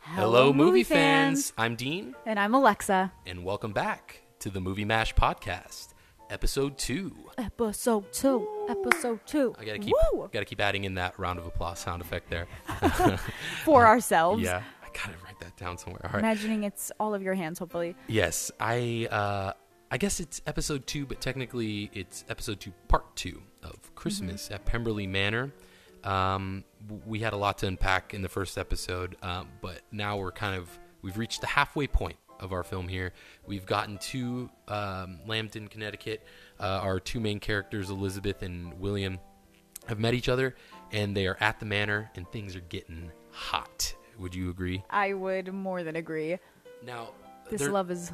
Hello, movie fans. I'm Dean, And I'm Alexa. and welcome back to the Movie Mash Podcast, episode two. Episode two. Episode two. I gotta keep, Woo! gotta keep adding in that round of applause sound effect there. for ourselves. yeah, I gotta write that down somewhere. All right. Imagining it's all of your hands, hopefully. Yes, I, uh, I guess it's episode two, but technically it's episode two, part two of Christmas at Pemberley Manor. Um, w- we had a lot to unpack in the first episode, um, but now we're kind of we've reached the halfway point of our film here. We've gotten to um, Lambton, Connecticut. Uh, our two main characters, Elizabeth and William, have met each other, and they are at the manor, and things are getting hot. Would you agree? I would more than agree. Now, This there- love is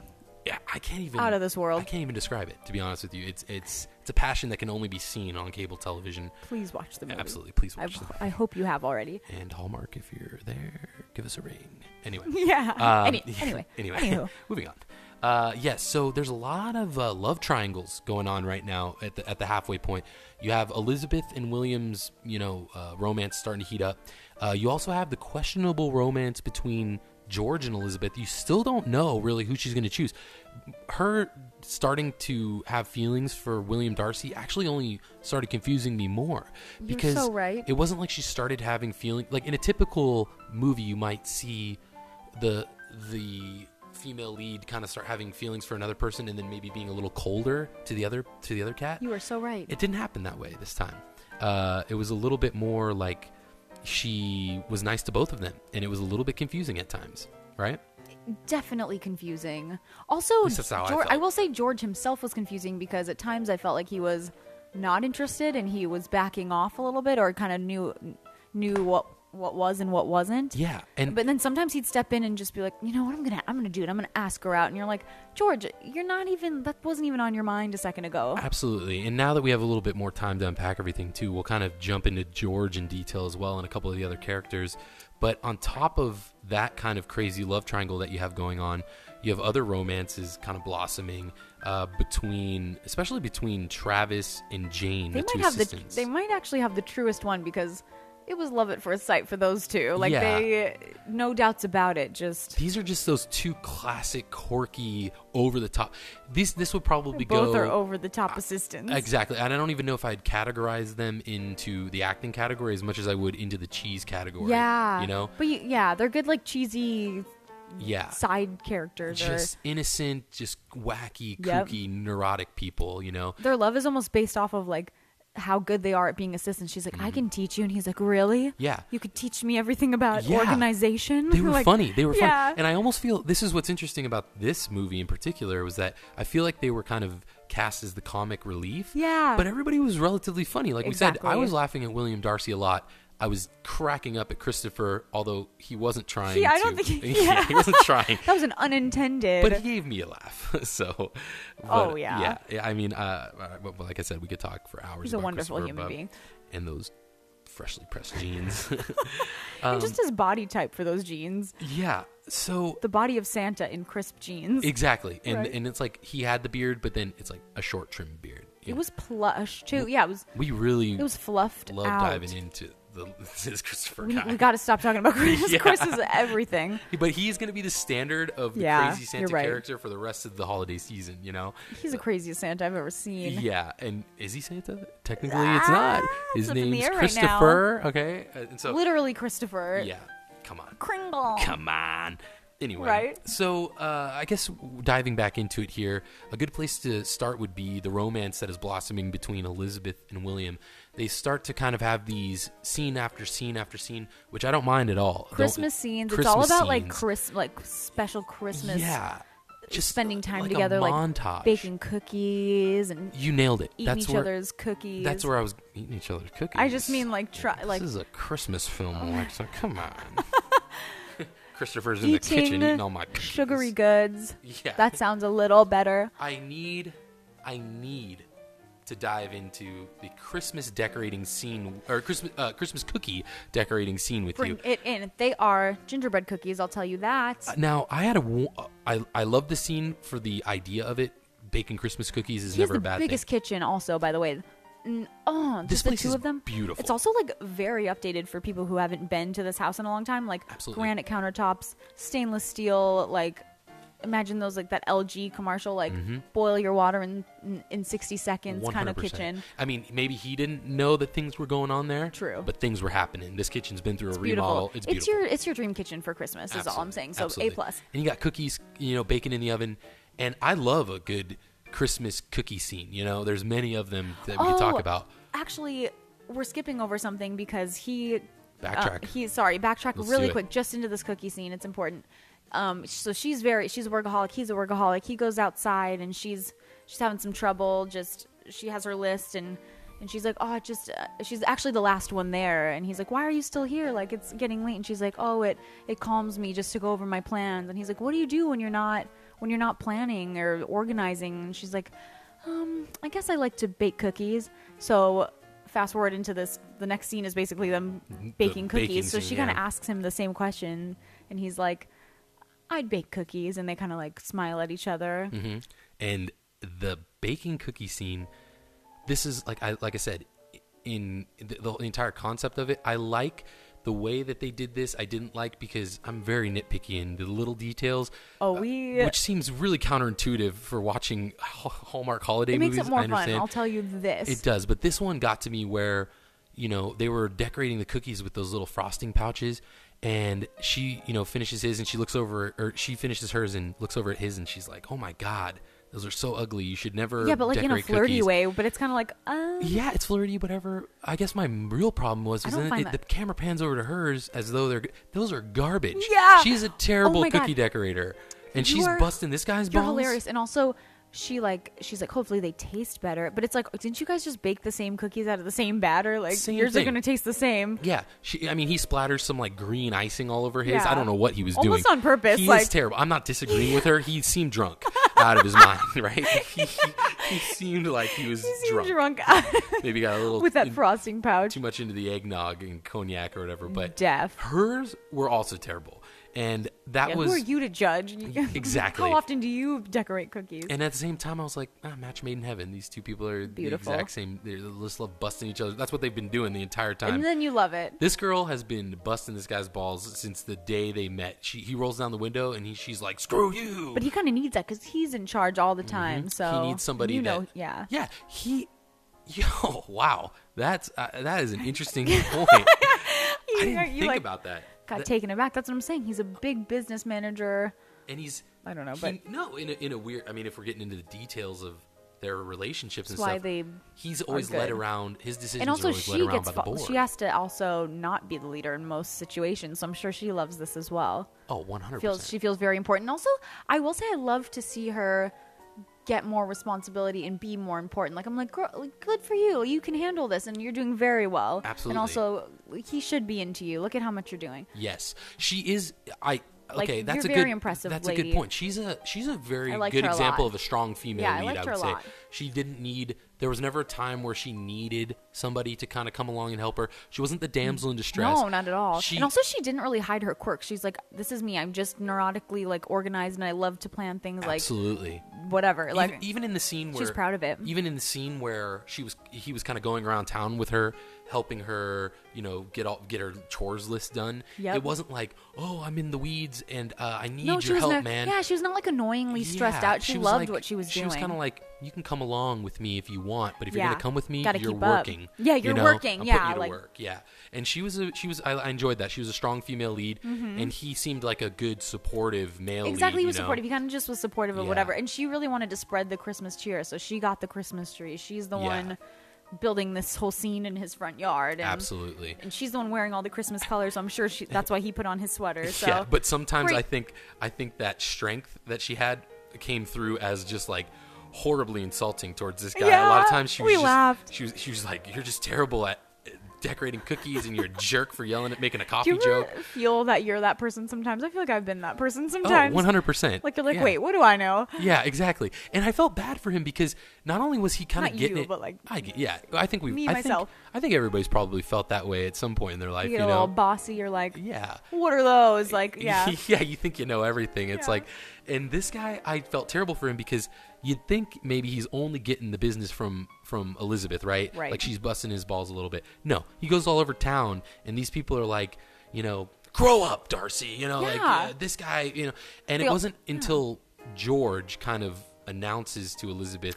yeah, I can't even Out of this world. I can't even describe it. To be honest with you, it's it's it's a passion that can only be seen on cable television. please watch the movie. Absolutely, please I've, watch them. I hope you have already. And Hallmark, if you're there, give us a ring. Anyway, Yeah. um, Any- yeah, anyway. anyway, Anywho. moving on. Uh, yes, so there's a lot of uh, love triangles going on right now at the at the halfway point. You have Elizabeth and William's, you know, uh, romance starting to heat up. Uh, you also have the questionable romance between George and Elizabeth. You still don't know really who she's going to choose. Her starting to have feelings for William Darcy actually only started confusing me more because so right. it wasn't like she started having feeling like in a typical movie you might see the the female lead kind of start having feelings for another person and then maybe being a little colder to the other to the other cat You are so right. it didn't happen that way this time uh, it was a little bit more like she was nice to both of them and it was a little bit confusing at times right Definitely confusing. Also, least that's how I Geor- felt. will say George himself was confusing because at times I felt like he was not interested and he was backing off a little bit or kind of knew knew what what was and what wasn't. yeah and But then sometimes he'd step in and just be like, you know what, I'm gonna, I'm gonna do it. I'm gonna ask her out. And you're like, George, you're not even. That wasn't even on your mind a second ago. Absolutely. And now that we have a little bit more time to unpack everything, too, we'll kind of jump into George in detail as well and a couple of the other characters. But on top of that kind of crazy love triangle that you have going on, you have other romances kind of blossoming uh, between, especially between Travis and Jane, They the two might have assistants. the, they might actually have the truest one because it was love at first sight for those two. Like Yeah. they, no doubts about it. Just These are just those two classic, quirky, over the top. This this would probably both go are over the top assistants. Exactly. And I don't even know if I'd categorize them into the acting category as much as I would into the cheese category. Yeah, You know? but you, yeah, they're good like cheesy Yeah. side characters. Just innocent, just wacky, Yep. kooky, neurotic people, you know? or their love is almost based off of like how good they are at being assistants. She's like, I can teach you, and he's like, really? Mm-hmm. Yeah. you could teach me everything about Yeah. organization. They were Like, funny. They were yeah. funny. And I almost feel this is what's interesting about this movie in particular was that I feel like they were kind of cast as the comic relief. Yeah. But everybody was relatively funny. Like we said, I Exactly. was laughing at William Darcy a lot. I was cracking up at Christopher, although he wasn't trying. He- I to- don't think he- yeah, he wasn't trying. that was an unintended. but he gave me a laugh. so, but, Oh, yeah. yeah, yeah. I mean, uh, uh, well, like I said, we could talk for hours. He's a about wonderful Christopher human Buck being. and those freshly pressed jeans. um, and just his body type for those jeans. yeah. So The body of Santa in crisp jeans. It, exactly, and Right. and it's like he had the beard, but then it's like a short trimmed beard. you know. was plush too. Yeah, it was. we really It was fluffed love out. diving into the this Christopher We, guy. we got to stop talking about Chris. Yeah. Chris is everything. but he's going to be the standard of the Yeah, crazy Santa you're right. character for the rest of the holiday season, you know? He's the craziest Santa I've ever seen. Yeah, and is he Santa? Technically, it's not. Ah, His it's up in the name's air right now. Christopher. okay, Uh, and so Literally Christopher. yeah, come on, Kringle. come on. Anyway, Right? so uh, I guess diving back into it here, a good place to start would be the romance that is blossoming between Elizabeth and William. They start to kind of have these scene after scene after scene, which I don't mind at all. Don't- Christmas scenes. it's all Christmas about like scenes. Chris, like special Christmas. yeah, just spending time like a together, like montage. baking cookies and You nailed it. eating each That's where other's cookies. That's where I was eating each other's cookies. I just mean like try like Oh. this is a Christmas film, Alexa. Come on. Christopher's in the kitchen eating all eating my cookies. sugary goods. Yeah. That sounds a little better. I need, I need to dive into the Christmas decorating scene or Christmas uh, Christmas cookie decorating scene with Bring you. it in. They are gingerbread cookies. I'll tell you that. Now I had a, wo- I I love the scene for the idea of it. Baking Christmas cookies is He's never the a bad biggest thing. kitchen, also by the way. n- oh, This just the place two is of them. beautiful. It's also like very updated for people who haven't been to this house in a long time. Like Absolutely. granite countertops, stainless steel. Like imagine those like that LG commercial, like Mm-hmm. boil your water in in, in sixty seconds kind of 100%. kitchen. I mean, maybe he didn't know that things were going on there. True. But things were happening. This kitchen's been through a It's remodel. beautiful. It's beautiful. your it's your dream kitchen for Christmas. Is all I'm Absolutely. saying. So Absolutely. a plus. And you got cookies, you know, baking in the oven. And I love a good Christmas cookie scene. You know, there's many of them that we could Oh, talk about. Actually, we're skipping over something because he Backtrack. Uh, he's sorry. Backtrack Let's do really it. quick, just into this cookie scene. It's important. Um, so she's very she's a workaholic. He's a workaholic. He goes outside and she's she's having some trouble. Just she has her list and and she's like, oh, it just uh, she's actually the last one there. And he's like, why are you still here? Like it's getting late. And she's like, oh, it it calms me just to go over my plans. And he's like, what do you do when you're not when you're not planning or organizing? And she's like, um, I guess I like to bake cookies. So fast forward into this, the next scene is basically them baking Mm-hmm. baking cookies. so scene, she kind of yeah. asks him the same question, and he's like, "I'd bake cookies," and they kind of like smile at each other. hmm And the baking cookie scene, this is like I like I said, in the, the whole entire concept of it, I like the way that they did this. I didn't like because I'm very nitpicky in the little details. Oh, we- Uh, which seems really counterintuitive for watching Hall- Hallmark holiday It makes movies. it more I fun. understand. I'll tell you this. It does, but this one got to me where, you know, they were decorating the cookies with those little frosting pouches, and she, you know, finishes his and she looks over, or she finishes hers and looks over at his, and she's like, "Oh my god, those are so ugly. You should never." yeah, but like in a decorate flirty cookies." way. But it's kind of like, um, Yeah, it's flirty, whatever. I guess my real problem was I is don't then find it, the that- camera pans over to hers as though they're those are garbage. Yeah! she's a Oh terrible my God. cookie decorator, and You she's are- busting this guy's you're balls. hilarious. And also, she like she's like, hopefully they taste better. But it's like, didn't you guys just bake the same cookies out of the same batter? Like Same yours thing. are gonna taste the same. Yeah, she. I mean, he splatters some like green icing all over his. Yeah. I don't know what he was Almost doing on purpose, He is like- terrible. I'm not disagreeing with her. He seemed drunk out of his mind, right? He, he, he seemed like he was You seem drunk. drunk Maybe got a little with that in- frosting pouch. too much into the eggnog and cognac or whatever. But Deaf. hers were also terrible, and that Yeah, was who are you to judge? Exactly. How often do you decorate cookies? And at the same time, I was like, ah, match made in heaven. These two people are Beautiful. the exact same. They just love busting each other. That's what they've been doing the entire time. And then you love it. This girl has been busting this guy's balls since the day they met. She he rolls down the window and he, she's like, "Screw you." But he kind of needs that because he's in charge all the time. So Mm-hmm. he needs somebody You know, that yeah. yeah he yo wow that's uh, that is an interesting point. I You- didn't aren't you, think like, about that. Got That- taken aback. That's what I'm saying. He's a big business manager. and he's I don't know, he- but- no, in a, in a weird. I mean, if we're getting into the details of their relationships and That's why stuff, they he's always good. led around. His decisions And are also, always she led around gets by the fa- board. she has to also not be the leader in most situations. So I'm sure she loves this as well. oh, one hundred Feels percent. she feels very important. Also, I will say I love to see her get more responsibility and be more important. Like I'm like, girl, like, good for you. You can handle this, and you're doing very well. Absolutely. And also, he should be into you. Look at how much you're doing. Yes, she is. I Like, okay. you're that's a very good. impressive that's a good lady. point. She's a she's a very I liked good her a example lot. of a strong female Yeah, I lead. liked her would a say lot. she didn't need. There was never a time where she needed somebody to kind of come along and help her. She wasn't the damsel in distress. No, not at all. She, and also, she didn't really hide her quirks. She's like, "This is me. I'm just neurotically like organized, and I love to plan things like absolutely. whatever." Like, even, even in the scene where she's proud of it. Even in the scene where she was, he was kind of going around town with her, helping her, you know, get all get her chores list done. Yep. It wasn't like, oh, I'm in the weeds and uh, I need no, your she was help, not, man. yeah, she was not like annoyingly stressed Yeah, out. She, was loved like- what she was She doing. was kind of like, you can come along with me if you want, but if you're Yeah. gonna come with me, Gotta you're keep up. working. Yeah, you you're know? working, I'm putting yeah, you to like- work. Yeah, and she was a she was I, I enjoyed that. She was a strong female lead, and he seemed like a good supportive male. lead, Mm-hmm. exactly. He you was know? supportive. He kind of just was supportive of Yeah. whatever. And she really wanted to spread the Christmas cheer, so she got the Christmas tree. She's the Yeah. one building this whole scene in his front yard. And, Absolutely. And she's the one wearing all the Christmas colors, so I'm sure she, that's why he put on his sweater. So. yeah, but sometimes Great. I think I think that strength that she had came through as just like horribly insulting towards this guy. a lot of Yeah, times she was we just, laughed. she was she was like, "You're just terrible at uh, decorating cookies, and you're a jerk for yelling at making a Do coffee you ever joke." feel that you're that person sometimes? I feel like I've been that person Oh, sometimes. 100 percent. Like you're like, wait, what do I know? Yeah, exactly. And I felt bad for him because not only was he kind of Not getting you, it, but, like, I get, yeah, I think we, me, I myself. think, I think everybody's probably felt that way at some point in their life. You You, get a know, little bossy. You're like, yeah. what are those? Like, yeah. you think you know everything. It's Yeah. like, and this guy, I felt terrible for him because you'd think maybe he's only getting the business from from Elizabeth, right? Right. Like she's busting his balls a little bit. No, he goes all over town, and these people are like, you know, grow up, Darcy. You know, like Yeah. yeah, this guy. You know, and They it all- wasn't until George kind of announces to Elizabeth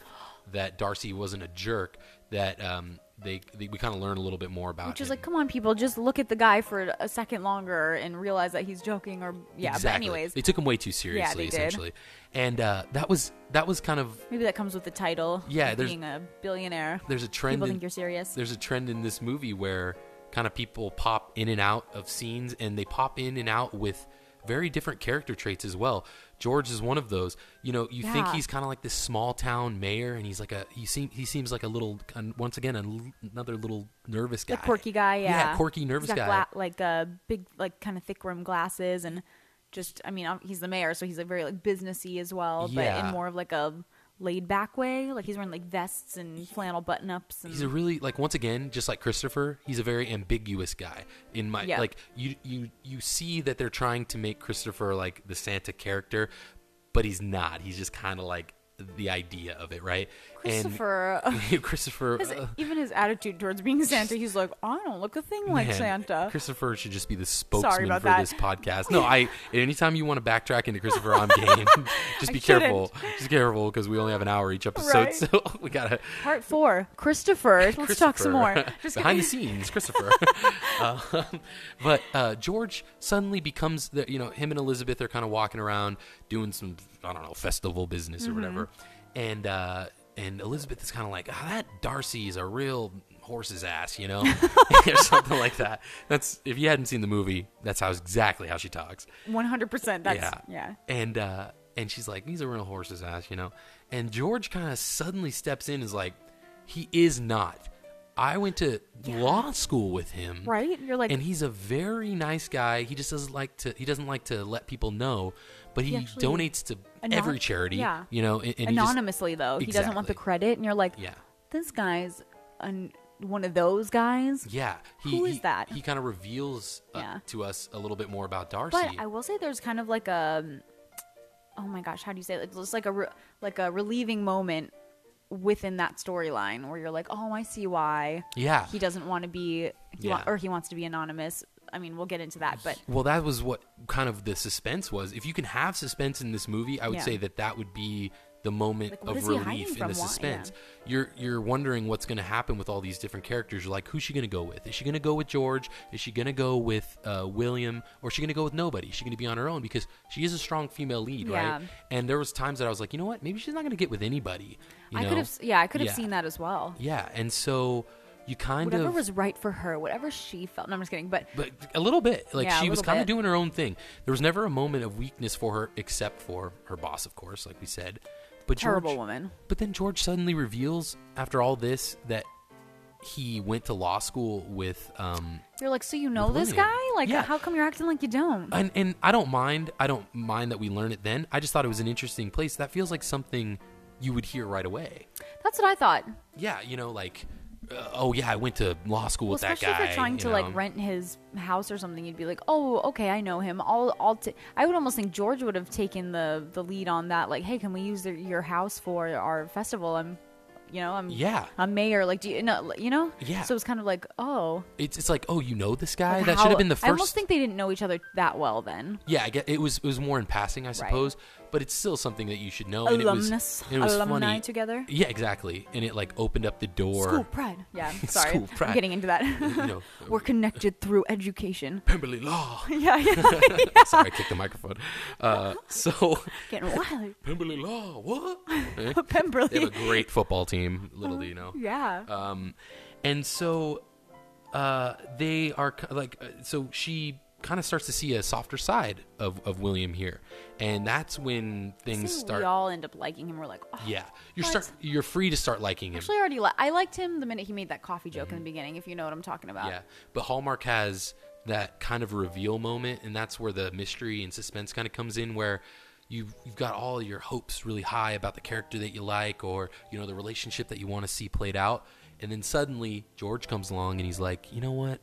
that Darcy wasn't a jerk that um, they, they we kind of learn a little bit more about. Which is him. like, come on, people, just look at the guy for a second longer and realize that he's joking or yeah. But Exactly. anyways, they took him way too seriously, they did. essentially, and uh, that was that was kind of maybe that comes with the title. Yeah, of there's- being a billionaire. there's a trend. People in- think you're serious. There's a trend in this movie where kind of people pop in and out of scenes, and they pop in and out with very different character traits as well. George is one of those. You know, you think Yeah. he's kind of like this small town mayor, and he's like a he seem he seems like a little an- once again a l- another little nervous guy, Like quirky guy, yeah. quirky nervous he's got guy. gla- like uh, big, like kind of thick rimmed glasses, and just I mean, um, he's the mayor, so he's like very like businessy as well, but Yeah. in more of like a laid back way. Like he's wearing like vests and flannel button ups. And He's a really like once again, just like Christopher, he's a very ambiguous guy. In my Yeah. like you you you see that they're trying to make Christopher like the Santa character, but he's not. He's just kind of like the idea of it, right? Christopher. And Christopher His- uh, even his attitude towards being Santa, he's like, I don't look a thing like man, Santa. Christopher should just be the spokesman about for that. this podcast. No, I anytime you want to backtrack into Christopher, I'm game. just I be shouldn't. careful. Just careful because we only have an hour each episode, Right. so we gotta. Part four, Christopher. Let's talk some more. Christopher. Just behind kidding. the scenes, Christopher. Um, but uh, George suddenly becomes the you know him and Elizabeth are kind of walking around doing some I don't know festival business Mm-hmm. or whatever, and uh, and Elizabeth is kind of like ah, that Darcy is a real horse's ass, you know, or something like that. That's if you hadn't seen the movie, that's how exactly how she talks. 100%. That's, yeah. And uh, and she's like, he's a real horse's ass, you know. And George kind of suddenly steps in, and is like, he is not. I went to law school with him, Right? You're like, and he's a very nice guy. He just doesn't like to. He doesn't like to let people know, but he, actually- donates to Anon- every charity. yeah. You know, and, and he just- anonymously, though. He doesn't want the Exactly. credit. And you're like, yeah. this guy's an, one of those guys. Yeah, he, Who is he- that? He kind of reveals uh, Yeah. to us a little bit more about Darcy. But I will say there's kind of like a, oh my gosh, how do you say it? Like, just like a, re- like a relieving moment within that storyline where you're like, oh, I see why. yeah, He doesn't want to be, he wa- Yeah. or he wants to be anonymous. I mean, we'll get into that, but Well, that was what kind of the suspense was. If you can have suspense in this movie, I would Yeah. say that that would be the moment Like, what of is he hiding relief in from? the Why? suspense. You're you're wondering what's going to happen with all these different characters. You're like, who's she going to go with? Is she going to go with George? Is she going to go with uh, William? Or is she going to go with nobody? Is she going to be on her own? Because she is a strong female lead, Yeah. right? And there was times that I was like, you know what? Maybe she's not going to get with anybody. You I know? could have, yeah, I could have Yeah. seen that as well. Yeah, and so you kind Whatever of was right for her, whatever she felt. No, I'm just kidding. But but a little bit like Yeah, a she was little kind bit. of doing her own thing there was never a moment of weakness for her except for her boss of course like we said but terrible george woman. but then george suddenly reveals after all this that he went to law school with um You're like, so you know With this William. guy? Like, Yeah. how come you're acting like you don't? and and i don't mind i don't mind that we learn it then i just thought it was an interesting place that feels like something you would hear right away That's what I thought. yeah you know like uh, oh yeah i went to law school Well, with that especially guy if you're trying you to like know. rent his house or something, you'd be like, oh, okay, I know him. I'll, I'll. T-. I would almost think George would have taken the the lead on that. Like, hey, can we use the, your house for our festival? I'm, you know, I'm. Yeah. I'm mayor. Like, do you know? You know. Yeah. So it's kind of like, oh. it's, it's like oh you know this guy like that how- should have been the first I almost think they didn't know each other that well then. Yeah, I get, it was it was more in passing, I suppose, but it's still something that you should know. Alumnus, and it was, and it was alumni funny. together. Yeah, exactly. And it like opened up the door. School pride. Yeah, sorry. School I'm pride. getting into that. You know, We're connected through education. Pemberley Law. yeah, yeah. Sorry, I kicked the microphone. Uh, so Getting wild. Pemberley Law, what? Eh? They Pemberley. have a great football team. Little do you know. Yeah. Um, and so uh, they are ki- like, uh, so she kind of starts to see a softer side of, of William here, and that's when things See, start. We all end up liking him. We're like, oh. yeah, you What? start. You're free to start liking him. Actually, I already li- I liked him the minute he made that coffee joke in the beginning. If you know what I'm talking about. Mm-hmm. Yeah, but Hallmark has that kind of reveal moment, and that's where the mystery and suspense kind of comes in, where you've, you've got all your hopes really high about the character that you like, or you know the relationship that you want to see played out, and then suddenly George comes along and he's like, you know what,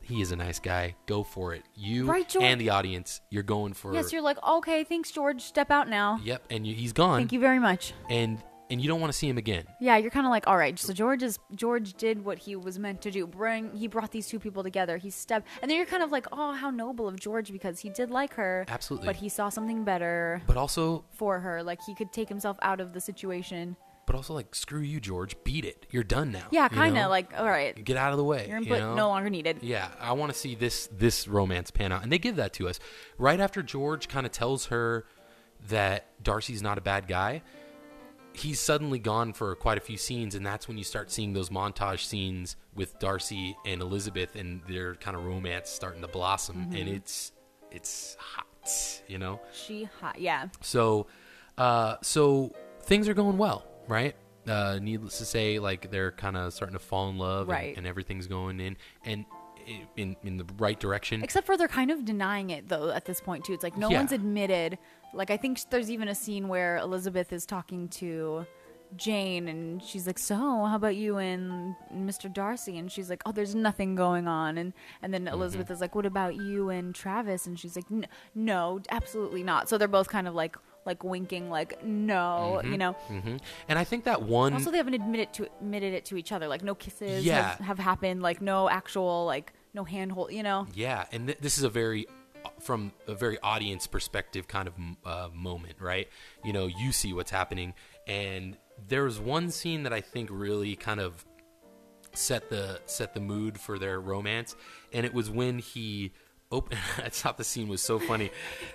he is a nice guy. Go for it. You Right, George? and the audience, you're going for Yes, you're like, okay, thanks, George. Step out now. Yep, and you, he's gone. Thank you very much. And and you don't want to see him again. Yeah, you're kind of like, all right. So George is George did what he was meant to do. Bring he brought these two people together. He stepped, and then you're kind of like, oh, how noble of George because he did like her. Absolutely. But he saw something better But also, for her. Like he could take himself out of the situation. but also like screw you, George. Beat it. You're done now. Yeah, you kind of know? like, all right, get out of the way. your you input know? no longer needed. Yeah, I want to see this this romance pan out, and they give that to us right after George kind of tells her that Darcy's not a bad guy. He's suddenly gone for quite a few scenes, and that's when you start seeing those montage scenes with Darcy and Elizabeth, and their kind of romance starting to blossom, and it's it's hot, you know. She hot. Yeah. So, uh, so things are going well, right? Uh, needless to say, like they're kind of starting to fall in love, and- Right. and, everything's going in and i- in in the right direction. Except for they're kind of denying it though at this point too. It's like no Yeah. one's admitted. Like I think there's even a scene where Elizabeth is talking to Jane and she's like, "So, how about you and Mr. Darcy?" And she's like, "Oh, there's nothing going on." And and Mm-hmm. then Elizabeth is like, "What about you and Travis?" And she's like, "N- "No, absolutely not." So they're both kind of like like winking like no, you know. hmm And I think that one, Also they haven't admitted to admitted it to each other. Like no kisses Yeah. have, have happened, like no actual like no handhold, you know. yeah, and th- this is a very from a very audience perspective kind of m- uh, moment, right? You know, you see what's happening, and there was one scene that I think really kind of set the set the mood for their romance, and it was when he open. I thought the scene was so funny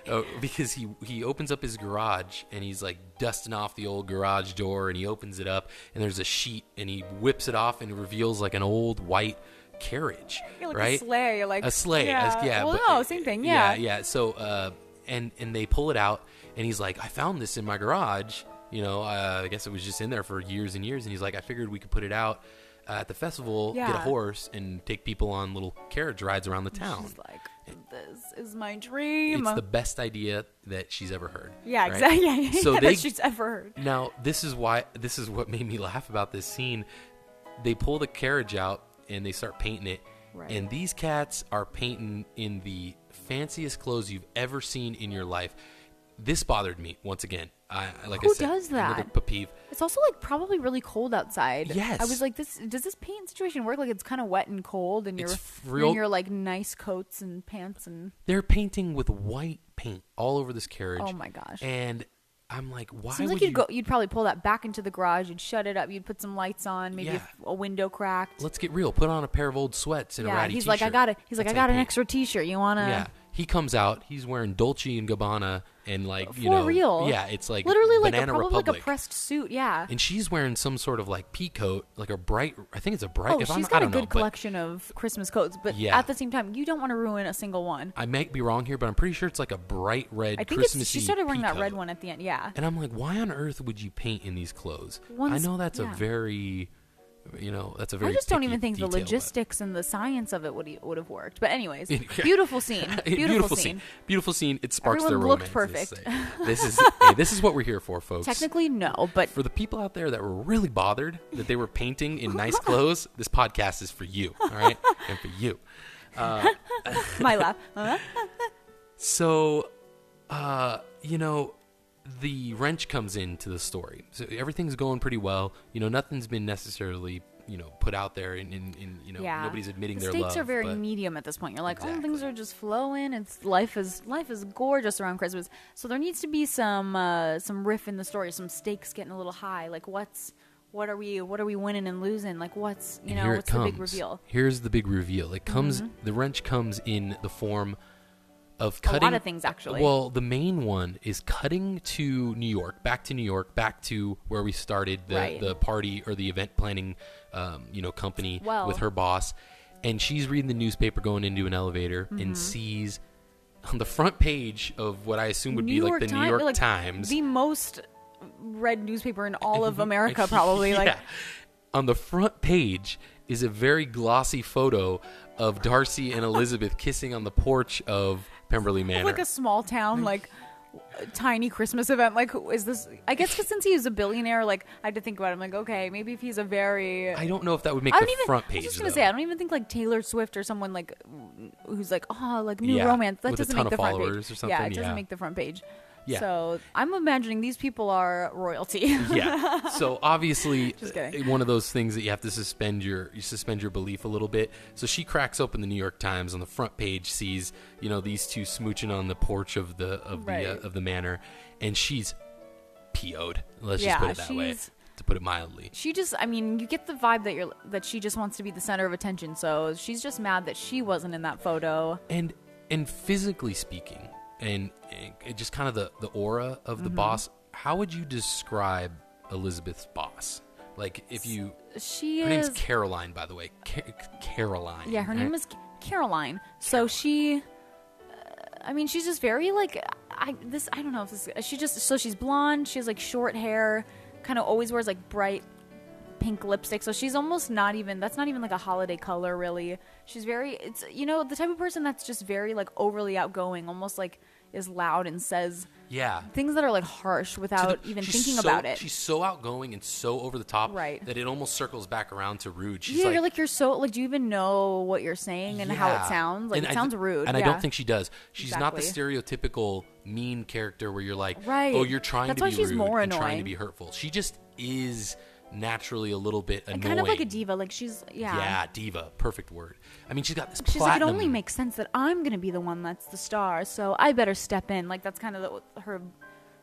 uh, because he he opens up his garage and he's like dusting off the old garage door, and he opens it up and there's a sheet, and he whips it off and reveals like an old white carriage, Yeah, like a right? sleigh, like- a sleigh, yeah. as- yeah. Well, but- no, same thing, yeah. yeah, yeah. So uh, and and they pull it out, and he's like, I found this in my garage. You know, uh, I guess it was just in there for years and years. And he's like, I figured we could put it out uh, at the festival, get a Yeah. horse, and take people on little carriage rides around the town. She's like, this is my dream. it's the best idea that she's ever heard. yeah, right? exactly. Yeah, So yeah, they that she's ever heard. now this is why this is what made me laugh about this scene. They pull the carriage out and they start painting it. Right. And these cats are painting in the fanciest clothes you've ever seen in your life. This bothered me once again. I I- like I Who said, does another that? pet peeve. It's also like probably really cold outside. Yes. I was like, this does this paint situation work? Like it's kind of wet and cold, and you're It's you're real- in your like nice coats and pants and They're painting with white paint all over this carriage. Oh my gosh. And I'm like, why seems would like you'd you go. You'd probably pull that back into the garage. You'd shut it up. You'd put some lights on. Maybe Yeah. a, a window cracked. Let's get real. Put on a pair of old sweats and a yeah, ratty he's t-shirt. like, I got it. He's like, That's I how you got an paint. extra T-shirt. You wanna? Yeah. He comes out. He's wearing Dolce and Gabbana and like For you know, real? Yeah, it's like Literally like a, Banana probably Republic. like a pressed suit. Yeah. and she's wearing some sort of like pea coat, like a bright. I think it's a bright. Oh, if she's I'm, I got a don't know, good but collection of Christmas coats, but Yeah. at the same time, you don't want to ruin a single one. I might be wrong here, but I'm pretty sure it's like a bright red. I think it's, Christmassy she started wearing pea that red coat. one at the end. Yeah, And I'm like, why on earth would you paint in these clothes? One's- I know that's yeah. a very, you know, that's a very. I just don't picky even think the detail, but- logistics and the science of it would e, would have worked. But anyways, Yeah. beautiful scene, beautiful, scene. Beautiful scene. It sparks Everyone their looked romance, let's perfect. say. This is hey, this is what we're here for, folks. Technically, no, but for the people out there that were really bothered that they were painting in nice clothes, this podcast is for you, all right? and for you. my laugh. Huh? So, uh, you know, the wrench comes into the story. So everything's going pretty well. You know, nothing's been necessarily, you know, put out there and, and, and you know, yeah, nobody's admitting the their stakes love. are very but- medium at this point. You're like, oh, things Exactly. are just flowing. It's life is life is gorgeous around Christmas. So there needs to be some uh, some riff in the story, some stakes getting a little high. Like what's what are we what are we winning and losing? Like what's you and know here what's it the comes. big reveal? Mm-hmm. Here's the big reveal. It comes the wrench comes in the form of A lot cutting of things, actually. Well, the main one is cutting to New York, back to New York, back to where we started the, Right. the party or the event planning, um, you know, company Well- with her boss, and she's reading the newspaper going into an elevator Mm-hmm. and sees on the front page of what I assume would be like the New Time- York like, Times, the most read newspaper in all of America, probably. Like, Yeah. on the front page is a very glossy photo of Darcy and Elizabeth kissing on the porch of Pemberley Manor. like a small town, like tiny Christmas event. Like, who is this? I guess 'cause since he was a billionaire, like I had to think about it. I'm like, okay, maybe if he's a very I don't know if that would make I the don't even. front I page. was just gonna though. say, I don't even think like Taylor Swift or someone like w- who's like, oh, like new Yeah, romance. That with a doesn't ton make the of front page. followers or Yeah, it something, doesn't yeah. make the front page. Yeah. So I'm imagining these people are royalty. yeah. So obviously, Just kidding. uh, one of those things that you have to suspend your you suspend your belief a little bit. So she cracks open the New York Times on the front page, sees you know these two smooching on the porch of the of Right. the uh, of the manor, and she's PO'd. Let's Yeah, just put it that way, she's- to put it mildly. she just, I mean, you get the vibe that you're that she just wants to be the center of attention. So she's just mad that she wasn't in that photo. And and physically speaking, and, and it just kind of the the aura of Mm-hmm. the boss. How would you describe Elizabeth's boss? Like if you. She Her is. name's Caroline, by the way. Ca- Caroline. yeah, her name right? is Caroline. So she. uh, I mean, she's just very like I this I don't know if this she just so she's blonde. She has like short hair, kind of always wears like bright pink lipstick. So she's almost not even that's not even like a holiday color really. She's very it's you know the type of person that's just very like overly outgoing, almost like is loud and says Yeah. things that are like harsh to the- without even she's thinking so- about it. She's so outgoing and so over the top Right. that it almost circles back around to rude. She's yeah, like, you're like you're so like. Do you even know what you're saying and how "Yeah." it sounds? Like And it I sounds th- rude. And I yeah. don't think she does. She's not the Exactly. stereotypical mean character where you're like, Right. oh, you're trying That's to why be she's rude more and trying to annoying. be hurtful. She just is naturally a little bit annoying. And kind of like a diva. Like she's Yeah, diva. Perfect word. I mean, she's got this She's like, platinum. it only makes sense that I'm gonna be the one that's the star, so I better step in. Like that's kind of the, her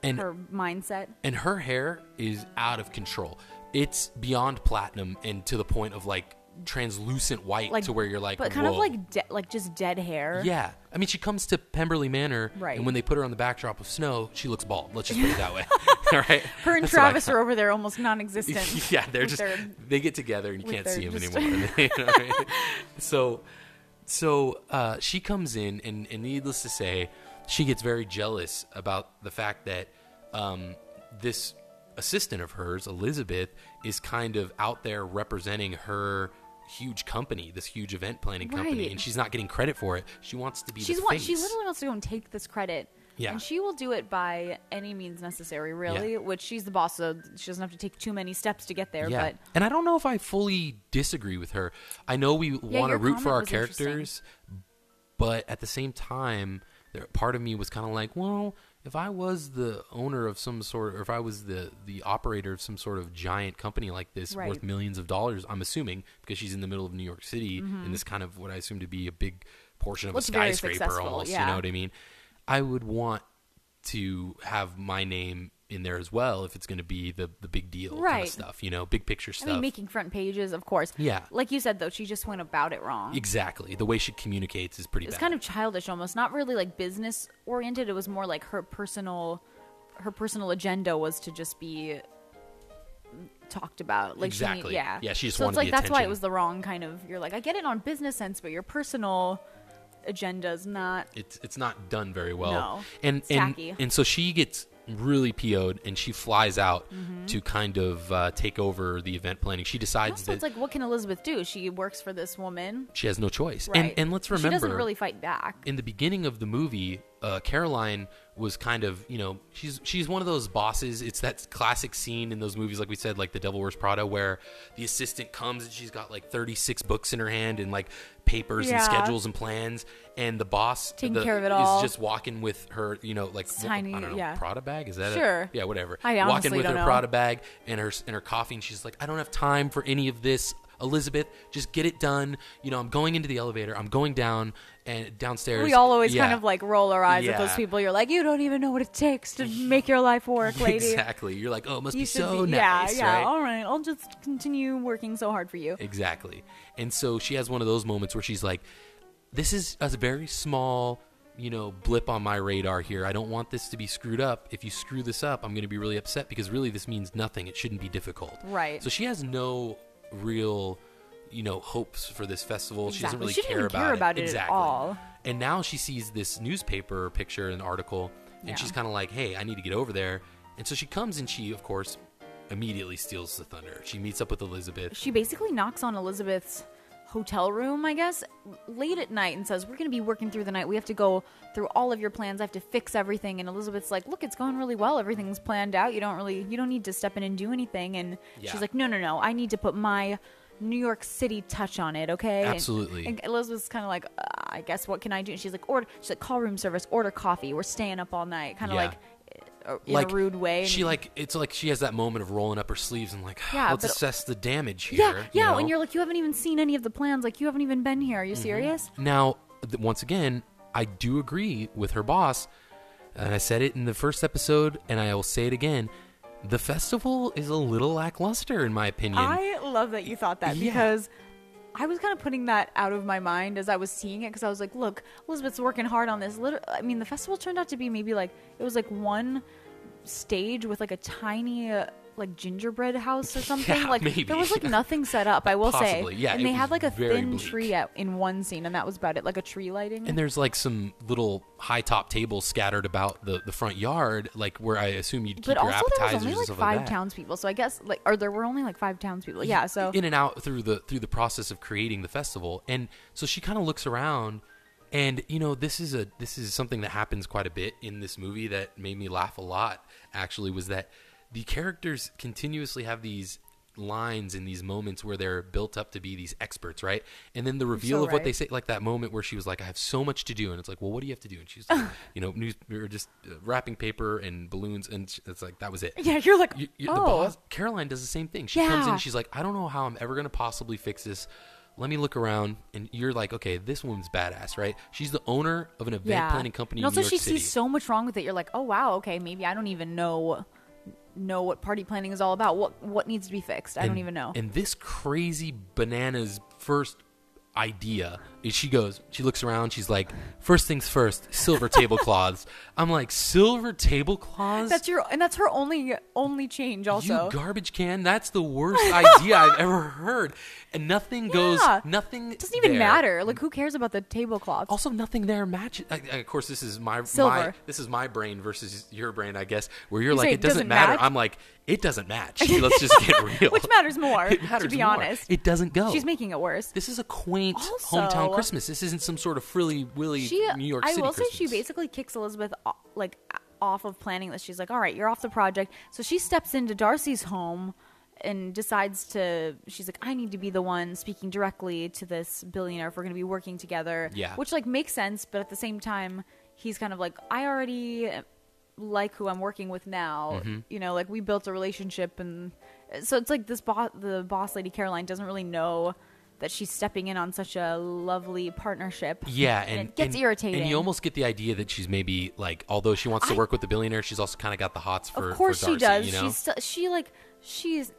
and her mindset. and her hair is out of control. It's beyond platinum and to the point of like translucent white Like to where you're like, but kind of "Whoa." like de- like just dead hair. Yeah, I mean, she comes to Pemberley Manor, Right. And when they put her on the backdrop of snow, she looks bald. Let's just put it that way. All right. Her and That's what I Travis are over there almost non-existent. yeah, they're with just their- they get together and you with can't their see them just- anymore. You know what I mean? So, so uh, she comes in, and, and needless to say, she gets very jealous about the fact that um, this assistant of hers, Elizabeth, is kind of out there representing her huge company, this huge event planning company, Right. and she's not getting credit for it. She wants to be. she's the wa- face. she literally wants to go and take this credit. Yeah. And she will do it by any means necessary, really. Yeah. Which she's the boss, so she doesn't have to take too many steps to get there. Yeah. But and I don't know if I fully disagree with her. I know we want to your root comment for our was interesting. characters, but at the same time, there, part of me was kind of like, well, if I was the owner of some sort, or if I was the the operator of some sort of giant company like this, Right. worth millions of dollars, I'm assuming because she's in the middle of New York City in this kind of what I assume to be a big portion of Mm-hmm. Looks a very skyscraper, successful, almost. You yeah. know what I mean? I would want to have my name in there as well if it's going to be the the big deal kind Right. of stuff you know big picture stuff I mean, making front pages, of course. Yeah. Like you said, though, she just went about it wrong. exactly the way she communicates is pretty It was bad kind of childish, almost. Not really like business oriented. It was more like her personal, her personal agenda was to just be talked about. Like she need- Exactly. yeah. Yeah, she just so wanted it's like the that's why attention. it was the wrong kind of. You're like, I get it on business sense, but your personal agenda's not. it's it's not done very well No. and It's and tacky. and so she gets really po'd and she flies out Mm-hmm. to kind of uh, take over the event planning she decides So that it's like, what can Elizabeth do? She works for this woman, she has no choice right? and and let's remember she doesn't really fight back. in the beginning of the movie, uh, Caroline was kind of you know she's she's one of those bosses. It's that classic scene in those movies, like we said, like The Devil Wears Prada, where the assistant comes and she's got like thirty six books in her hand and like papers and Yeah. schedules and plans, and the boss Taking the- care of it is all. just walking with her you know like wh- Tiny, I don't know yeah. Prada bag is that a- Sure. yeah whatever I honestly walking with don't her know. Prada bag and her and her coffee and she's like I don't have time for any of this Elizabeth just get it done you know I'm going into the elevator I'm going down and downstairs We all always kind Yeah. of like roll our eyes at Yeah. those people. You're like, you don't even know what it takes to make your life work, lady. Exactly. You're like, oh, it must be You should so be- nice, yeah, yeah. right? All right, I'll just continue working so hard for you. Exactly. And so she has one of those moments where she's like, this is a very small, you know, blip on my radar here. I don't want this to be screwed up. If you screw this up, I'm going to be really upset because really this means nothing. It shouldn't be difficult. Right. So she has no real, you know, hopes for this festival. She Exactly. doesn't really She didn't care, even care about it at exactly. all. And now she sees this newspaper picture and article, and Yeah. she's kind of like, "Hey, I need to get over there." And so she comes, and she, of course, immediately steals the thunder. She meets up with Elizabeth. She basically knocks on Elizabeth's hotel room, I guess, late at night and says, We're going to be working through the night. We have to go through all of your plans. I have to fix everything. And Elizabeth's like, Look, it's going really well. Everything's planned out. You don't really, you don't need to step in and do anything. And Yeah. she's like, No, no, no. I need to put my New York City touch on it, okay? And- Absolutely. And, Elizabeth's kind of like, uh, I guess what can I do? And she's like, Order, she's like, Call room service, order coffee. We're staying up all night. Kind of Yeah. like, uh, in a rude way. And- She like it's like she has that moment of rolling up her sleeves and like Yeah, let's but- assess the damage here. yeah, yeah, you know? Mm-hmm. and you're like, you haven't even seen any of the plans. Like, you haven't even been here. Are you serious? Now, th- once again, I do agree with her boss, and I said it in the first episode, and I will say it again. The festival is a little lackluster, in my opinion. I love that you thought that Yeah. because I was kind of putting that out of my mind as I was seeing it because I was like, look, Elizabeth's working hard on this. Liter- I mean, the festival turned out to be maybe like it was like one stage with like a tiny. Uh, like gingerbread house or something. Yeah, like maybe. there was like nothing set up. I will Possibly, say, yeah, And it they was had like a very thin bleak. tree at, in one scene, and that was about it. Like a tree lighting. and there's like some little high top tables scattered about the, the front yard, like where I assume you'd keep but your also there was appetizers only and like stuff five like that. townspeople, so I guess like or there were only like five townspeople. Yeah, so in and out through the through the process of creating the festival and so she kind of looks around and you know this is a this is something that happens quite a bit in this movie that made me laugh a lot actually was that the characters continuously have these lines in these moments where they're built up to be these experts right and then the reveal of what they right. say like that moment where she was like i have so much to do and it's like well what do you have to do and she's like you know news or just uh, wrapping paper and balloons and sh- it's like that was it yeah, you're like, you, you, oh, the boss, Caroline does the same thing. She comes in, Yeah. she's like, I don't know how I'm ever going to possibly fix this. Let me look around. And you're like, okay, this woman's badass, right? She's the owner of an event planning company And in also, New York she City. sees so much wrong with it. You're like, oh wow, okay, maybe I don't even know know what party planning is all about. What what needs to be fixed? I don't And- even know. And this crazy bananas first idea is she goes, she looks around, she's like, first things first, silver tablecloths. I'm like, silver tablecloths? that's your and that's her only only change. Also, You garbage can. That's the worst idea I've ever heard. And nothing goes. Yeah. Nothing doesn't even there. matter. Like, who cares about the tablecloths? also nothing there matches. I, I- of course, this is my, my Silver. this is my brain versus your brain, I guess. Where you're You like, say it it doesn't, doesn't matter. match? I'm like, it doesn't match. Let's just get real. Which matters more, It matters to be more. honest. It oh. doesn't go. She's making it worse. this is a quaint Also- hometown Christmas. This isn't some sort of frilly willy she, New York I City will Christmas. say she basically kicks Elizabeth o- like off of planning this. She's like, "All right, you're off the project." So she steps into Darcy's home and decides to. She's like, "I need to be the one speaking directly to this billionaire if we're going to be working together." Yeah. which like makes sense, but at the same time, he's kind of like, "I already like who I'm working with now." Mm-hmm. You know, like we built a relationship, and so it's like this boss, the boss lady Caroline, doesn't really know. That she's stepping in on such a lovely partnership. Yeah, And and it gets and- irritating. And you almost get the idea that she's maybe like, although she wants to I- work with the billionaire, she's also kind of got the hots for. of course for she Darcy, does. You know? She's st- she like she's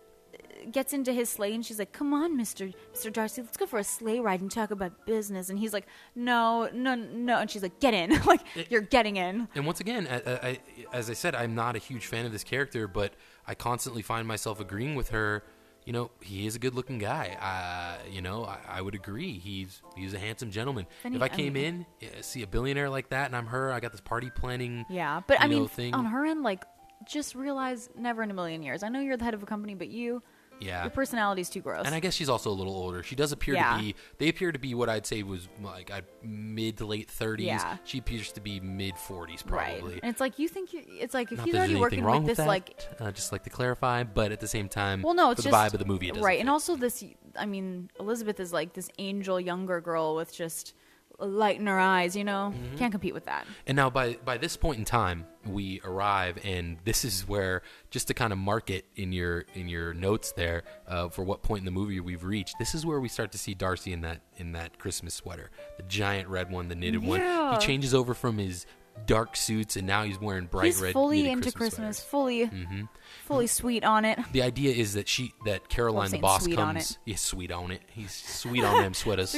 gets into his sleigh and she's like, "Come on, Mister Mister Darcy, let's go for a sleigh ride and talk about business." And he's like, "No, no, no," and she's like, "Get in, like you're getting in." And once again, I, I, I- as I said, I'm not a huge fan of this character, but I constantly find myself agreeing with her. You know, he is a good-looking guy. Uh, you know, I, I would agree. He's he's a handsome gentleman. And if he- I I came in, eh, see a billionaire like that, and I'm her, I got this party planning. Yeah, but I you know, mean, thing. on her end, like just realize never in a million years. I know you're the head of a company, but you, yeah. your personality's too gross. And I guess she's also a little older. She does appear Yeah. to be. They appear to be what I'd say was like i mid to late 30s. Yeah. She appears to be mid 40s, right? probably. And it's like you think you, it's like if Not he's that there's already anything working wrong with this, that. like uh, just like to clarify, but at the same time, Well, no, for it's the just vibe of the movie, it doesn't right? fit. And also this, I mean, Elizabeth is like this angel younger girl with just a light in her eyes. You know, Mm-hmm. can't compete with that. And now by by this point in time, we arrive, and this is where just to kind of mark it in your in your notes there uh, for what point in the movie we've reached. This is where we start to see Darcy in that in that Christmas sweater, the giant red one, the knitted one. Yeah. He changes over from his dark suits, and now he's wearing bright He's red. fully knitted into Christmas, Christmas sweaters. Mm-hmm. fully, fully sweet on it. The idea is that she that Caroline the saying boss sweet on comes. it. He's sweet on it. He's sweet on them sweaters.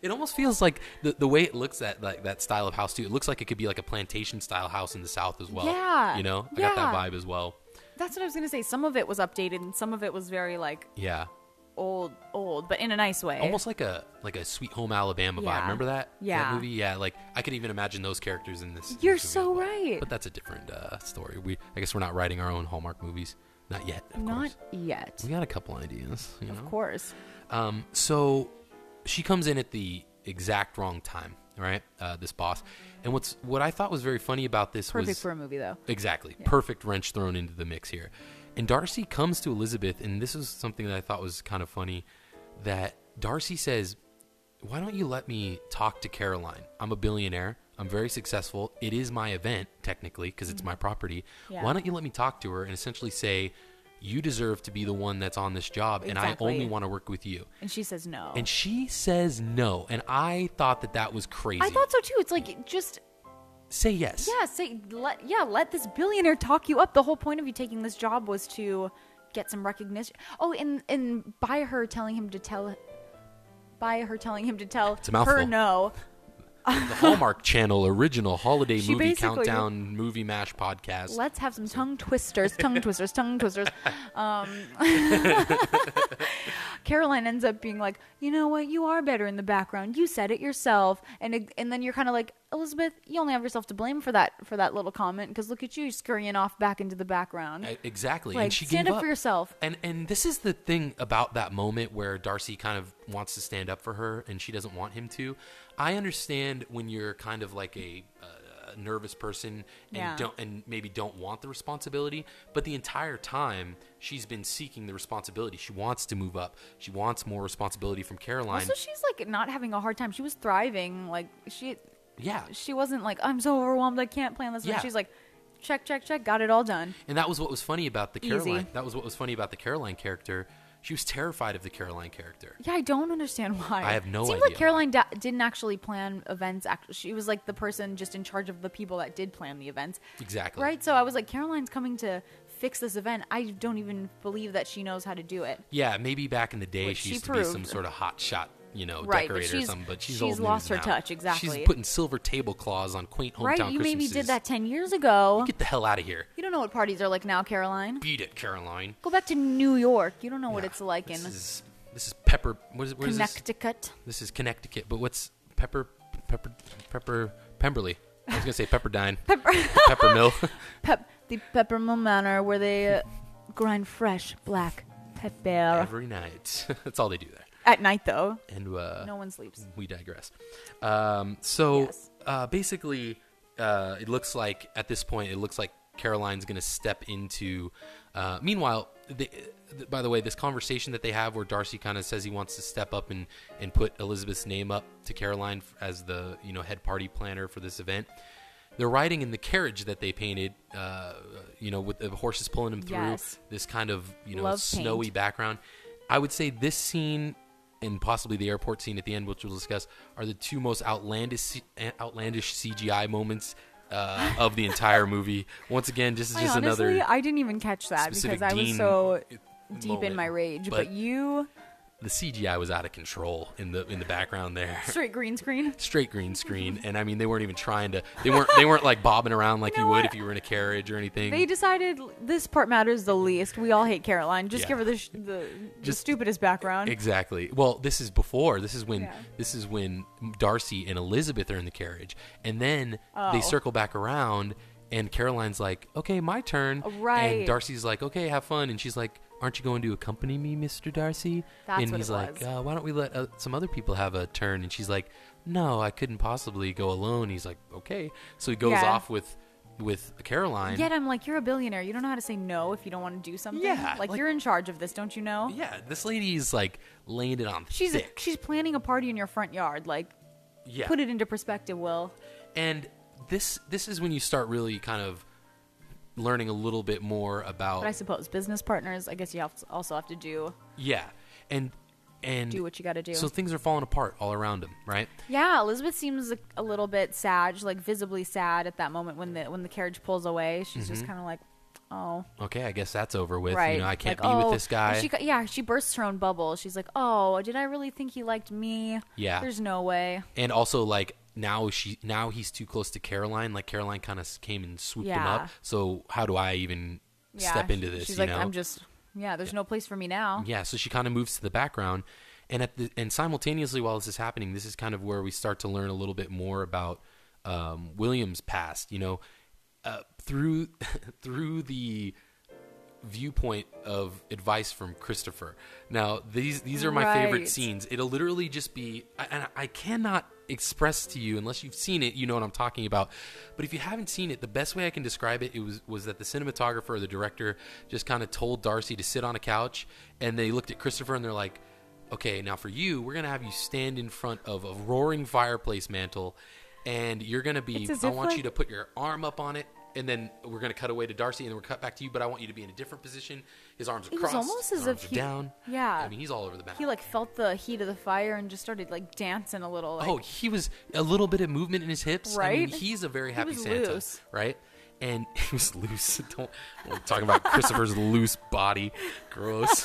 it almost feels like the, the way it looks at like that style of house too. It looks like it could be like a plantation style house in the South as well. Yeah, you know, I got that yeah. vibe as well. That's what I was gonna say. Some of it was updated, and some of it was very like Yeah, old, old, but in a nice way. almost like a like a Sweet Home Alabama Yeah. vibe. Remember that? that Yeah. movie. Yeah, like I could even imagine those characters in this. in You're this movie as so well. right. But that's a different uh, story. We I guess we're not writing our own Hallmark movies. Not yet. Of not course. yet, We got a couple ideas. You know? of course. Um, so she comes in at the exact wrong time, right? Uh, this boss. And what's what I thought was very funny about this Perfect was for a movie, though. Exactly. Perfect wrench thrown into the mix here. And Darcy comes to Elizabeth, and this is something that I thought was kind of funny that Darcy says, Why don't you let me talk to Caroline? I'm a billionaire. I'm very successful. It is my event, technically, because it's my property. Mm-hmm. Yeah. Why don't you let me talk to her and essentially say, You deserve to be the one that's on this job, and I Exactly. only want to work with you? And she says no. And she says no. And I thought that that was crazy. I thought so too. It's like just Say yes. yeah, say let yeah, let this billionaire talk you up. The whole point of you taking this job was to get some recognition. Oh, and and by her telling him to tell by her telling him to tell a mouthful. her no. the Hallmark Channel original holiday She movie basically- countdown movie mash podcast. Let's have some tongue twisters, tongue twisters, tongue twisters. Um, Caroline ends up being like, you know what? You are better in the background. You said it yourself, and it- and then you're kind of like, Elizabeth, you only have yourself to blame for that for that little comment because look at you scurrying off back into the background. E- Exactly. Like, and she stand gave up for yourself. And and this is the thing about that moment where Darcy kind of wants to stand up for her and she doesn't want him to. I understand when you're kind of like a, uh, a nervous person and Yeah. don't and maybe don't want the responsibility, but the entire time she's been seeking the responsibility. She wants to move up. She wants more responsibility from Caroline. Also, she's like not having a hard time. She was thriving. Like she yeah. she wasn't like I'm so overwhelmed I can't plan this. Yeah. She's like check check check got it all done. And that was what was funny about the Easy. Caroline. That was what was funny about the Caroline character. She was terrified of the Caroline character. Yeah, I don't understand why. I have no It seemed idea like Caroline da- didn't actually plan events. Act- she was like the person just in charge of the people that did plan the events. Exactly. Right? So I was like, Caroline's coming to fix this event. I don't even believe that she knows how to do it. Yeah, maybe back in the day Which she she used to be some proved. sort of hot shot, you know, Right, but decorator or she's- something. But she's, she's old news lost her now. touch, She's exactly. putting silver tablecloths on quaint hometown right? You Christmases. maybe did that 10 years ago. Get the hell out of here! You don't know what parties are like now, Caroline. Beat it, Caroline. Go back to New York. You don't know what Yeah, it's like in this is this is pepper. What is, where is this? Connecticut. This is Connecticut. But what's pepper? Pepper? Pepper? Pemberley. I was gonna say Pepperdine. Pepper, Peppermill. pep, the Peppermill Manor, where they uh, grind fresh black pepper. Every night. That's all they do there. At night, though, And uh, no one sleeps. we digress. Um, so Yes. uh, basically, uh, it looks like at this point, it looks like Caroline's going to step into. Uh, meanwhile, the, th by the way, this conversation that they have where Darcy kind of says he wants to step up and, and put Elizabeth's name up to Caroline f- as the you know head party planner for this event. They're riding in the carriage that they painted, uh, you know, with the horses pulling him through Yes. this kind of you know Love paint. snowy background. I would say this scene and possibly the airport scene at the end, which we'll discuss, are the two most outlandish outlandish CGI moments uh, of the entire movie. Once again, this is I just honestly, another I didn't even catch that specific because I Dean was so deep moment. in my rage. But, But- you, uh the CGI was out of control in the in the background there. straight green screen. Straight green screen, and I mean they weren't even trying to. They weren't. They weren't like bobbing around like you, know would what? if you were in a carriage or anything. They decided this part matters the least. We all hate Caroline. Just Yeah. give her the, sh- the, the Just- stupidest background. Exactly. Well, this is before. This is when Yeah. this is when Darcy and Elizabeth are in the carriage, and then Oh. they circle back around, and Caroline's like, "Okay, my turn." And Oh, Right. Darcy's like, "Okay, have fun," and she's like, "Aren't you going to accompany me, Mister Darcy?" That's and what he's it like, was. uh, "Why don't we let uh, some other people have a turn?" And she's like, "No, I couldn't possibly go alone." He's like, "Okay," so he goes Yeah. off with with Caroline. Yet I'm like, you're a billionaire. You don't know how to say no if you don't want to do something. Yeah, like, like- you're in charge of this, don't you know? yeah, this lady's like laying it on She's thick. she's planning a party in your front yard. Like, yeah. put it into perspective, Will. and this this is when you start really kind of learning a little bit more about But I suppose business partners. I guess you have also have to do yeah and and do what you got to do. Mm. so things are falling apart all around him right yeah, Elizabeth seems a, a little bit sad, she's, like visibly sad at that moment when the when the carriage pulls away. She's just kind of like, oh, okay i guess that's over Mm-hmm. with right. you know i can't Like, be oh. with this guy And She, ca- yeah, she bursts her own bubble. She's like, oh, did I really think he liked me? Yeah. there's no way. and also like now she now he's too close to caroline like caroline kind of came and swooped him Yeah. up so how do i even Yeah, step into she- this She's you like, know I'm just yeah. There's no place for me now. yeah so she kind of moves to the background and at the and simultaneously while this is happening this is kind of where we start to learn a little bit more about um, william's past you know uh, through through the viewpoint of advice from Christopher. Now, these these are my favorite Right. scenes. It'll literally just be, I- and I cannot express to you unless you've seen it. You know what I'm talking about. But if you haven't seen it, the best way I can describe it, it was was that the cinematographer or the director just kind of told Darcy to sit on a couch, and they looked at Christopher and they're like. Okay, now for you, we're gonna have you stand in front of a roaring fireplace mantle, and you're gonna be. It's as I if, want like- you to put your arm up on it, and then we're gonna cut away to Darcy, and then we're cut back to you. But I want you to be in a different position. His arms are It was crossed. almost his as if arms are he- down. yeah. I mean he's all over the map. He like felt the heat of the fire and just started like dancing a little. Like, oh, he was a little bit of movement in his hips. I mean, Right? he's a very He happy was Santa, loose. right? And he was loose. Don't we're talking about Christopher's loose body. Gross.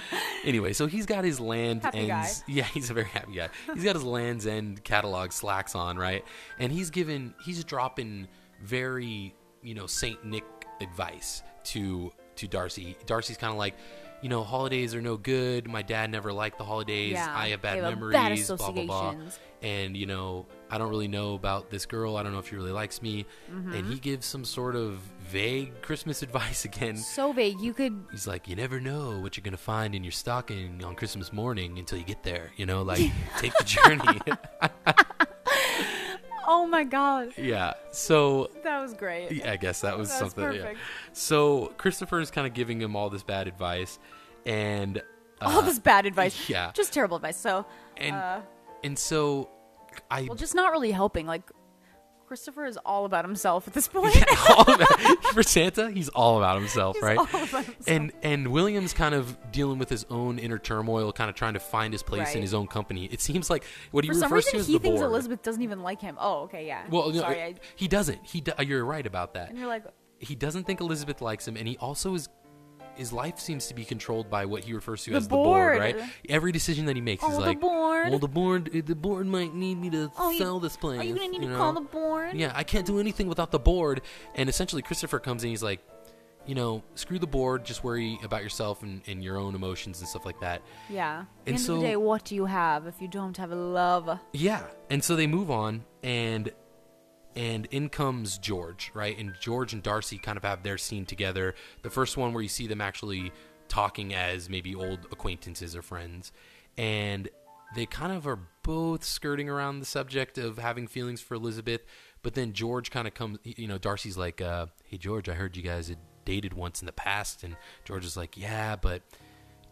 anyway, so he's got his land Happy guy. ends. Yeah, he's a very happy guy. He's got his Land's End catalog slacks on, right? And he's given, he's dropping very, you know, Saint Nick advice to to Darcy. Darcy's kind of like, you know, holidays are no good. My dad never liked the holidays. Yeah, I have bad they have memories. bad blah blah blah. associations. Mm-hmm. so vague. You could He's like, you never know what you're gonna find in your stocking on Christmas morning until you get there. You know, like take the journey. Oh my god, yeah. So that was great. yeah, I guess that was That's something. Yeah. perfect. So Christopher is kind of giving him all this bad advice, and All this bad advice. Uh, yeah. Just terrible advice. So, and uh, and so I well, just not really helping. Like, Christopher is all about himself at this point. all about- for Santa, he's all about himself, He's right? all about himself. And and William's kind of dealing with his own inner turmoil, kind of trying to find his place in Right. his own company. It seems like what he For some refers reason, to as he the thinks board. Elizabeth doesn't even like him. Oh, okay, yeah. well, no, sorry. it- I, he doesn't. He do- you're right about that. and you're like, He doesn't think Elizabeth likes him, and he also is. His life seems to be controlled by what he refers to The as the board, board. right? Every decision that he makes, he's Oh, the like, board. "Well, the board, eh, the board might need me to oh, you- sell this place." Are you gonna need you to call know? the board? Yeah, I can't do anything without the board. And essentially, Christopher comes in. He's like, you know, screw the board. Just worry about yourself and, and your own emotions and stuff like that. Yeah. At the And end of so- the day, what do you have if you don't have a love? Yeah. And so they move on, and and in comes George, right? And George and Darcy kind of have their scene together. The first one where you see them actually talking as maybe old acquaintances or friends, and they kind of are both skirting around the subject of having feelings for Elizabeth. But then George kind of comes, you know, Darcy's like, uh, "Hey George, I heard you guys had dated once in the past," and George is like, "Yeah, but."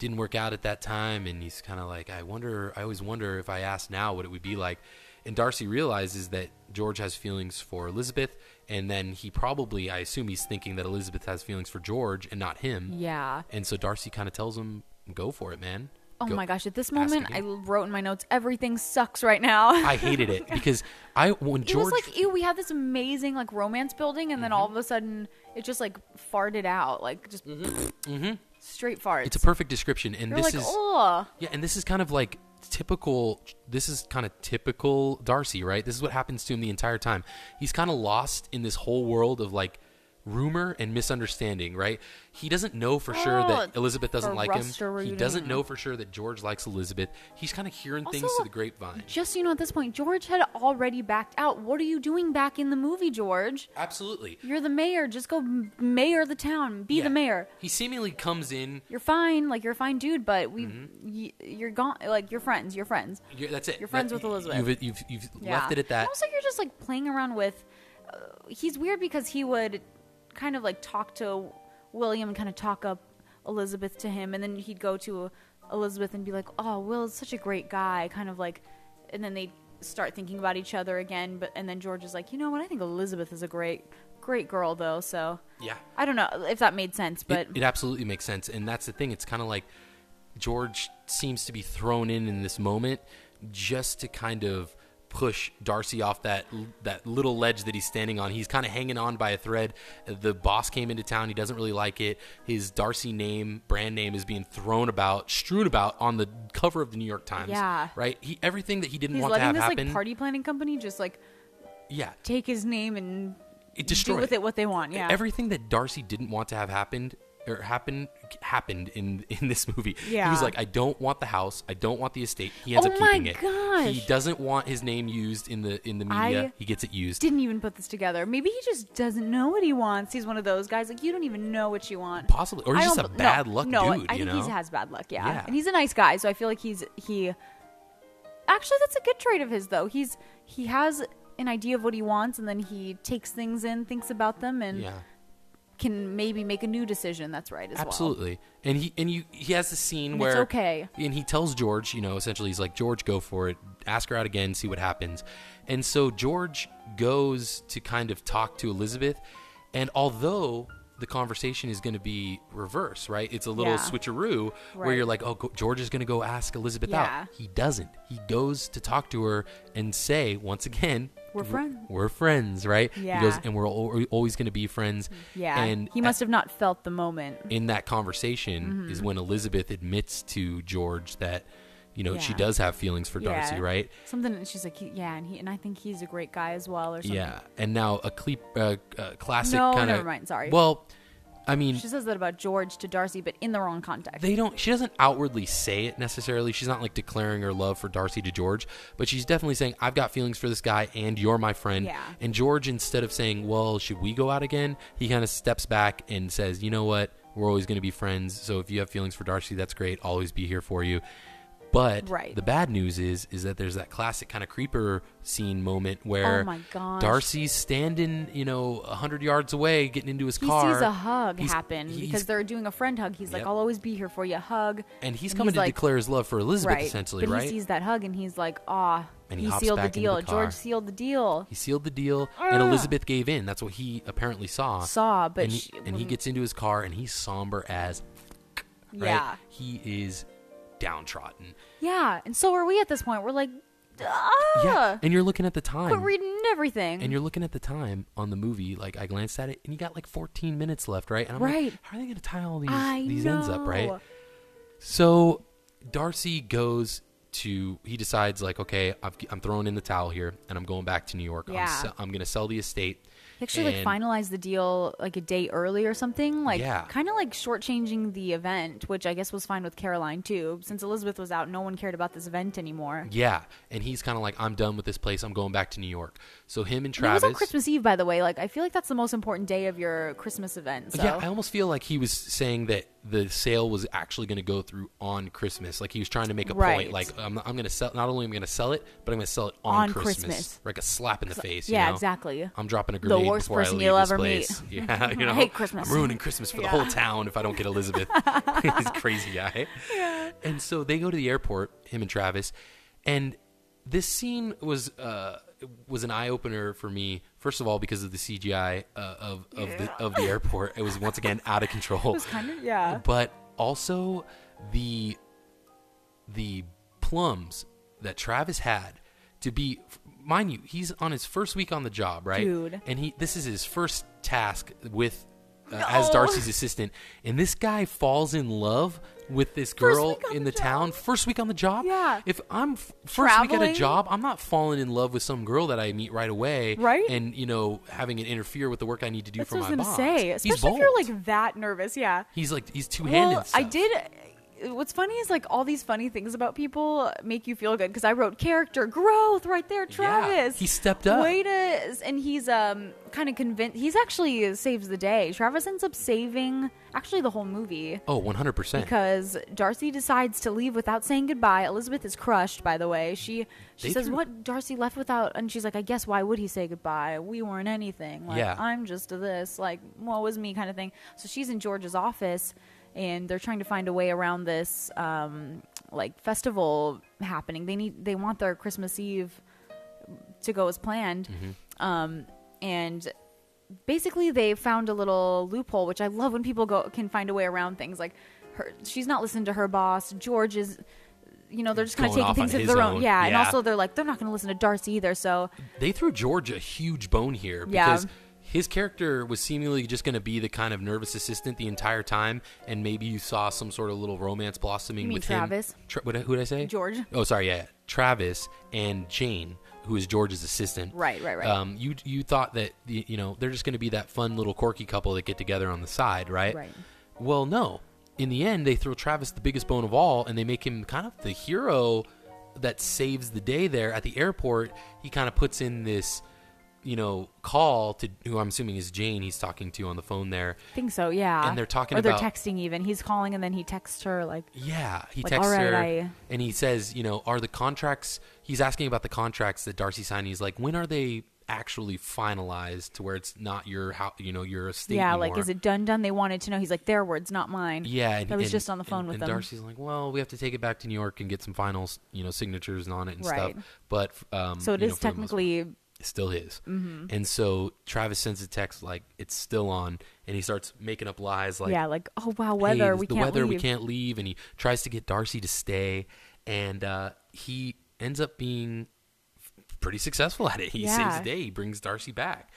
didn't work out at that time and he's kind of like i wonder i always wonder if i asked now what it would be like and darcy realizes that george has feelings for elizabeth and then he probably i assume he's thinking that elizabeth has feelings for george and not him Yeah. and so darcy kind of tells him go for it man Oh Go- my gosh! At this ask moment, I again." wrote in my notes, everything sucks right now. i hated it because i when It george Mm-hmm. was like, ew, we have this amazing like romance building, and then all of a sudden it just like farted out, like just straight farts. Mm-hmm. it's a perfect description and You're this like, is oh, Yeah, and this is kind of like typical. This is kind of typical Darcy, right? This is what happens to him the entire time. He's kind of lost in this whole world of like rumor and misunderstanding, right? He doesn't know for sure that Oh, Elizabeth doesn't like him. He frustrating. doesn't know for sure that George likes Elizabeth. He's kind of hearing things Also- to the grapevine. just so you know, at this point, George had already backed out. What are you doing back in the movie, George? Absolutely. You're the mayor. Just go m- mayor the town. Be Yeah. the mayor. He seemingly comes in. You're fine. Like you're a fine, dude. But we, y- you're gone. Like you're friends. You're friends. You're, that's it. You're friends That- with Elizabeth. You've, you've, you've left it at that. Also, you're just like playing around with. Uh, he's weird because he would kind of like talk to William and kind of talk up Elizabeth to him, and then he'd go to Elizabeth and be like, "Oh, Will is such a great guy," kind of like, and then they start thinking about each other again. But and then George is like, "You know what? I think Elizabeth is a great, great girl, though." So Yeah. I don't know if that made sense, but it, it absolutely makes sense and that's the thing it's kind of like george seems to be thrown in in this moment just to kind of push darcy off that that little ledge that he's standing on he's kind of hanging on by a thread the boss came into town he doesn't really like it his darcy name brand name is being thrown about strewn about on the cover of the new york times Yeah. right he everything that he didn't he's want to letting have this happen like party planning company just like yeah take his name and it do destroyed with it what they want. Yeah. everything that Darcy didn't want to have happened or happened happened in in this movie. He Yeah. was like, I don't want the house. I don't want the estate. He ends Oh up my keeping it. He gosh. doesn't want his name used in the in the media. I he gets it used. Didn't even put this together. Maybe he just doesn't know what he wants. He's one of those guys like you don't even know what you want. Possibly, or he's I just a don't be- bad no, luck no, dude. I you think know, he has bad luck. Yeah. Yeah. and he's a nice guy, so I feel like he's he. Actually, that's a good trait of his, though. He's he has an idea of what he wants, and then he takes things in, thinks about them, and yeah. can maybe make a new decision. That's right as well. Absolutely. And he and you he has the scene And where it's okay. And he tells George, you know, essentially he's like, George, go for it. Ask her out again, see what happens. And so George goes to kind of talk to Elizabeth, and although the conversation is going to be reverse, right? It's a little Yeah. switcheroo where Right. you're like, oh, go, George is going to go ask Elizabeth Yeah. out. He doesn't. He goes to talk to her and say, once again, We're friends. We're friends, right? Yeah. He goes, and we're al- always going to be friends. Yeah, And he must have not felt the moment. in that conversation is Mm-hmm. when Elizabeth admits to George that you know she Yeah. does have feelings for Darcy, Yeah. right? Something, and she's like, yeah, and he and I think he's a great guy as well, or something. Yeah, and now a cle- uh, uh, classic No, kind of. never mind, sorry. Well, I mean, She says that about George to Darcy, but in the wrong context. they don't. She doesn't outwardly say it necessarily. She's not like declaring her love for Darcy to George, but she's definitely saying, "I've got feelings for this guy, and you're my friend." Yeah. And George, instead of saying, "Well, should we go out again?" he kind of steps back and says, "You know what? We're always going to be friends. So if you have feelings for Darcy, that's great. I'll always be here for you." But Right. the bad news is is that there's that classic kind of creeper scene moment where Oh my gosh. Darcy's standing, you know, 100 yards away getting into his he car. sees a hug He's- happen he's because they're doing a friend hug. He's Yep. like, "I'll always be here for you." Hug, and he's coming to like, declare his love for Elizabeth, right. essentially, but right? he sees that hug and he's like, "Ah, And he he, hops sealed the back into deal. the car. George sealed the deal." he sealed the deal, and Elizabeth gave in. That's what he apparently saw. Ah. Saw, but and, he, she- mm, and he when- gets into his car, and he's somber as, right? Yeah, He is downtrodden. yeah. And so are we at this point? We're like, "Ah, Yeah, and you're looking at the time. quit reading everything." and you're looking at the time on the movie. Like I glanced at it, and you got like 14 minutes left, right? And I'm Right. like, how are they going to tie all these I these ends up, right? know. So Darcy goes to he decides like, okay, I've, I'm throwing in the towel here, and I'm going back to New York. Yeah. I'm, se- I'm going to sell the estate. He actually and- like finalized the deal like a day early or something, like Yeah. kind of like shortchanging the event, which I guess was fine with Caroline too, since Elizabeth was out. No one cared about this event anymore. Yeah, and he's kind of like, I'm done with this place. I'm going back to New York. So him and And Travis. It was on Christmas Eve, by the way. Like, I feel like that's the most important day of your Christmas event. So. Yeah, I almost feel like he was saying that the sale was actually going to go through on Christmas. Like he was trying to make a point. Right. Like I'm, I'm going to sell. Not only am I going to sell it, but I'm going to sell it on, On Christmas. Christmas. Like a slap in the face. you yeah, know? exactly. I'm dropping a grenade worst before person I leave you'll this ever place. Yeah, you know, hate Christmas. I'm ruining Christmas for the whole town if I don't get Elizabeth. He's a crazy guy. And so they go to the airport, him and Travis, and this scene was uh, was an eye opener for me. First of all, because of the CGI uh, of of, the, of the airport, it was once again out of control. It was kind of- yeah. But also the the plums that Travis had to be mind you he's on his first week on the job right Dude. and he this is his first task with uh, as Darcy's assistant and this guy falls in love with this girl week on in the the town first week on the job Yeah. if I'm f- first week at a Traveling. job I'm not falling in love with some girl that I meet right away Right? and you know having it interfere with the work I need to do That's for what I my was boss gonna say. He's Especially if you're bold. like that nervous. Yeah. he's like he's two handed Well, I did. What's funny is like all these funny things about people make you feel good because I wrote character growth right there, Travis. he stepped up. Way to, and he's um kind of convinced. He's actually saves the day. Travis ends up saving actually the whole movie. oh 100% because Darcy decides to leave without saying goodbye. Elizabeth is crushed, by the way. She she They says, threw- "What Darcy left without?" And she's like, "I guess why would he say goodbye? We weren't anything. Like Yeah. I'm just a this. Like what was me kind of thing." So she's in George's office, and they're trying to find a way around this um, like festival happening. They need they want their Christmas Eve to go as planned. Mm-hmm. Um, and basically, they found a little loophole, which I love when people go can find a way around things. Like, her, she's not listening to her boss. George is, you know, they're just kind of Going taking off on things as his their own. own. Yeah, and Yeah. also they're like they're not going to listen to Darcy either. So they threw George a huge bone here Yeah. because his character was seemingly just going to be the kind of nervous assistant the entire time, and maybe you saw some sort of little romance blossoming You mean with Travis? him. Tra- what, who did I say? George. Oh, sorry, yeah, Travis and Jane, who is George's assistant. Right, right, right. Um, you you thought that y- you know they're just going to be that fun little quirky couple that get together on the side, right? Right. Well, no. In the end, they throw Travis the biggest bone of all, and they make him kind of the hero that saves the day there at the airport. He kind of puts in this, you know, call to who I'm assuming is Jane he's talking to on the phone there. I think so, yeah. And they're talking or about- they're texting even. He's calling and then he texts her like Yeah, he Like, "All texts right, her I-" and he says, you know, are the contracts? He's asking about the contracts that Darcy signed. He's like, when are they actually finalized to where it's not your how you know your estate? Yeah, like anymore?" is it done done? They wanted to know. He's like, their words, not mine. Yeah, and, I was and- just on the phone and- with and them. Darcy's like, "Well, we have to take it back to New York and get some final, s- you know, signatures on it and Right. stuff." But um, so it you is know, for the most technically part, it's still his. Mm-hmm. And so Travis sends a text like it's still on, and he starts making up lies like, Yeah, like, oh wow, "Hey, weather, it's we the can't weather, leave. we can't leave," and he tries to get Darcy to stay, and uh, he ends up being f- pretty successful at it. He saves Yeah. the day. He brings Darcy back.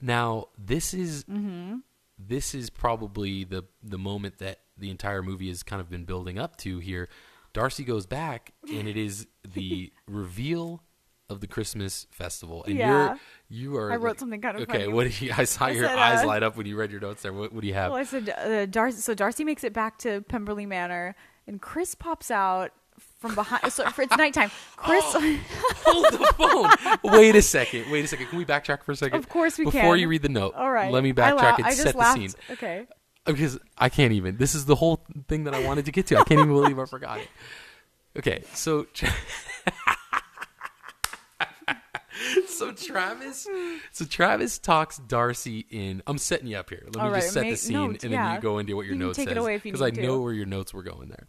Now this is Mm-hmm. this is probably the the moment that the entire movie has kind of been building up to here. Darcy goes back, and it is the reveal of the Christmas festival. And Yeah. you're you are. I wrote like- something kind of okay. funny. What do you? I saw I your said, eyes uh, light up when you read your notes there. What, what do you have? Well, I said uh, Darcy. So Darcy makes it back to Pemberley Manor, and Chris pops out from behind. so for, it's nighttime. Chris, Oh. Hold the phone. Wait a second. Wait a second. Can we backtrack for a second? Of course we Before can. Before you read the note, all right. Let me I backtrack laugh- and I just set laughed. the scene. Okay. because I can't even. This is the whole thing that I wanted to get to. I can't even believe I forgot it. Okay, so Tra- so Travis, so Travis talks Darcy in. I'm setting you up here. Let me All just right, set ma- the scene, no, and then yeah. you go into what your You can notes take it says away if you I need to. know where your notes were going there.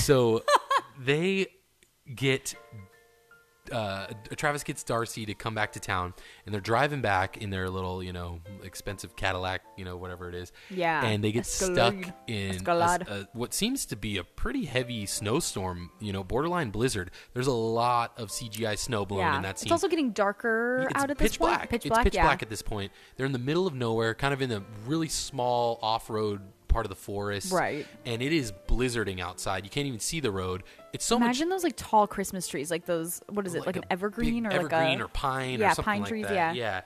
So they get uh, Travis gets Darcy to come back to town, and they're driving back in their little, you know, expensive Cadillac, you know, whatever it is. Yeah. And they get Escalade. stuck in a, Escalade. a- what seems to be a pretty heavy snowstorm, you know, borderline blizzard. There's a lot of CGI snow blown yeah. in that scene. It's also getting darker It's out at pitch this black. point. Pitch it's black. pitch yeah. black at this point. They're in the middle of nowhere, kind of in a really small off-road part of the forest. Right. And it is blizzarding outside. You can't even see the road. It's so much Imagine those like tall Christmas trees, like those. What is it? Like, a an evergreen or big like evergreen a or pine yeah, or something pine like trees. that. Yeah. yeah.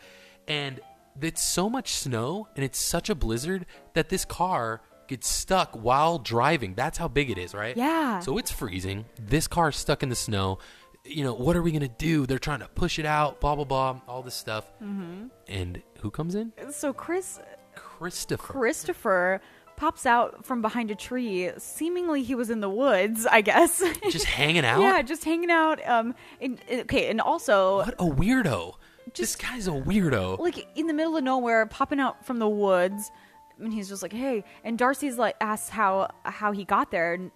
And it's so much snow and it's such a blizzard that this car gets stuck while driving. That's how big it is, right? Yeah. So it's freezing. This car's stuck in the snow. You know, what are we going to do? They're trying to push it out, blah, blah, blah, all this stuff. Mm-hmm. And who comes in? So Chris Christopher. Christopher pops out from behind a tree. Seemingly, he was in the woods. I guess. Just hanging out? yeah, just hanging out. Um. And, okay, and also. What a weirdo. this guy's a weirdo. like in the middle of nowhere, popping out from the woods, and he's just like, "Hey!" And Darcy's like asks how how he got there. And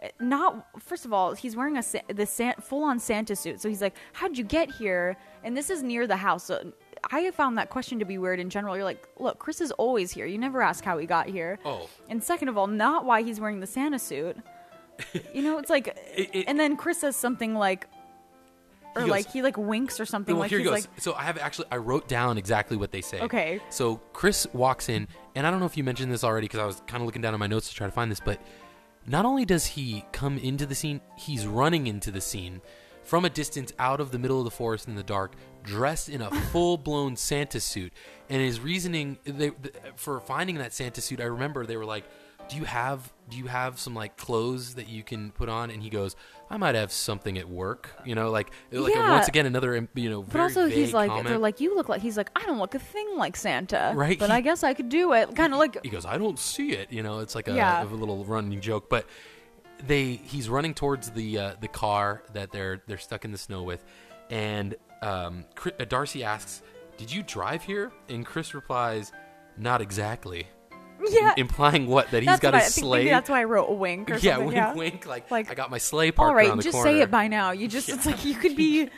eh, Not first of all, he's wearing a sa- the san- full on Santa suit, so he's like, "How'd you get here?" And this is near the house. So I have found that question to be weird in general. You're like, "Look, Chris is always here. You never ask how he got here." Oh. and second of all, not why he's wearing the Santa suit. You know, it's like, it- and then Chris says something like, or goes- like he like winks or something. Well, like here he's goes. like, so I have actually I wrote down exactly what they say. Okay. So Chris walks in, and I don't know if you mentioned this already because I was kind of looking down at my notes to try to find this, but not only does he come into the scene, he's running into the scene from a distance out of the middle of the forest in the dark, dressed in a full-blown Santa suit. And his reasoning they, th for finding that Santa suit, I remember they were like, "Do you have do you have some like clothes that you can put on?" And he goes, "I might have something at work." You know, like like Yeah. once again another um, you know But very also, he's vague like, they're comment. like, you look like. He's like, I don't look a thing like Santa. Right, But he- I guess I could do it. Kind of like. he goes, I don't see it. You know, it's like a, Yeah. of a little running joke. But they he's running towards the uh, the car that they're they're stuck in the snow with, and um, Chri- uh, Darcy asks, "Did you drive here?" And Chris replies, "Not exactly," yeah. implying what that he's that's got what I- his I think sleigh. Maybe that's why I wrote a wink or yeah, something. wink, yeah. wink. Like, Like, I got my sleigh parked All right, around the just corner. say it by now. You just, it's like you could be.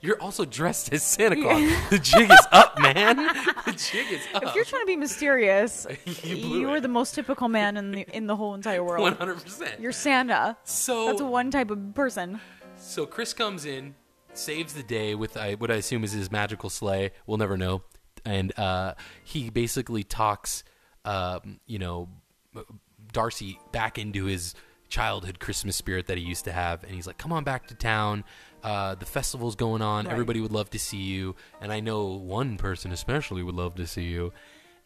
You're also dressed as Santa Claus. the jig is up, man. The jig is up. If you're trying to be mysterious, You blew are it. the most typical man in the in the whole entire world. One hundred percent. You're Santa. So That's one type of person. So Chris comes in, saves the day with I, what I assume is his magical sleigh. We'll never know, and uh, he basically talks, um, you know, Darcy back into his childhood Christmas spirit that he used to have, and he's like, "Come on back to town. Uh, the festival's going on. Right. Everybody would love to see you, and I know one person especially would love to see you."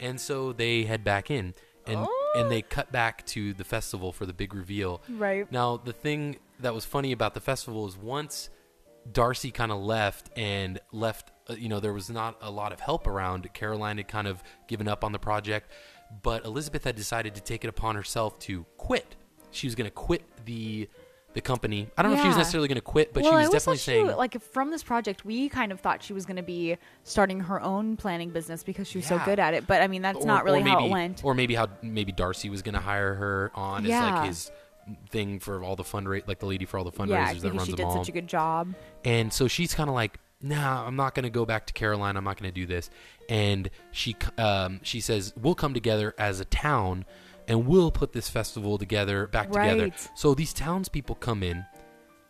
And so they head back in, and Oh. and they cut back to the festival for the big reveal. Right. Now, the thing that was funny about the festival is once Darcy kind of left and left, uh, you know, there was not a lot of help around. Caroline had kind of given up on the project, but Elizabeth had decided to take it upon herself to quit. She was going to quit the the company. I don't know if she was Yeah. necessarily going to quit, but well, she I was always definitely thought saying, she, like from this project, we kind of thought she was going to be starting her own planning business because she was Yeah. so good at it. But I mean, that's not really maybe, how it went. Or maybe how maybe Darcy was going to hire her on as Yeah. like his thing for all the fundraise, like the lady for all the fundraisers yeah, that because runs she them did all. such a good job. And so she's kind of like, "Nah, I'm not going to go back to Carolina. I'm not going to do this." And she c- um, she says, "We'll come together as a town, and we'll put this festival together back together." Right. So these townspeople come in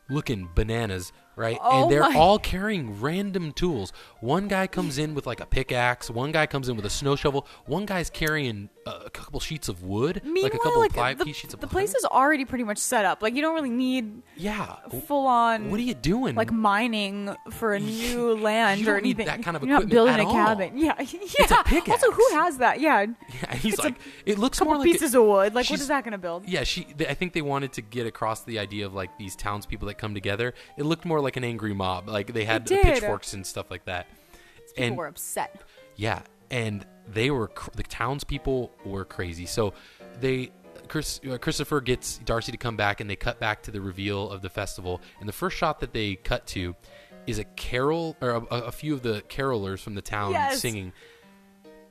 looking bananas, right? Oh and they're my- all carrying random tools. One guy comes in with like a pickaxe. One guy comes in with a snow shovel. One guy's carrying uh, a couple sheets of wood, Meanwhile, like a couple like, ply- the, piece sheets of the plywood. place is already pretty much set up. Like you don't really need yeah. full on. What are you doing? like mining for a new land You or don't need anything? that kind of You're not equipment building at a all. cabin. Yeah, yeah. a also, who pickaxe. has that? Yeah, Yeah, he's It's a like, it looks couple more like pieces it- of wood. Like, what she's- is that going to build? Yeah, she. They, I think they wanted to get across the idea of like these townspeople that come together. It looked more like an angry mob. Like they had the did. pitchforks and stuff like that. People and were upset. yeah, and they were cr- the townspeople were crazy. So they. Chris, uh, Christopher gets Darcy to come back, and they cut back to the reveal of the festival. And the first shot that they cut to is a carol or a, a few of the carolers from the town Yes. singing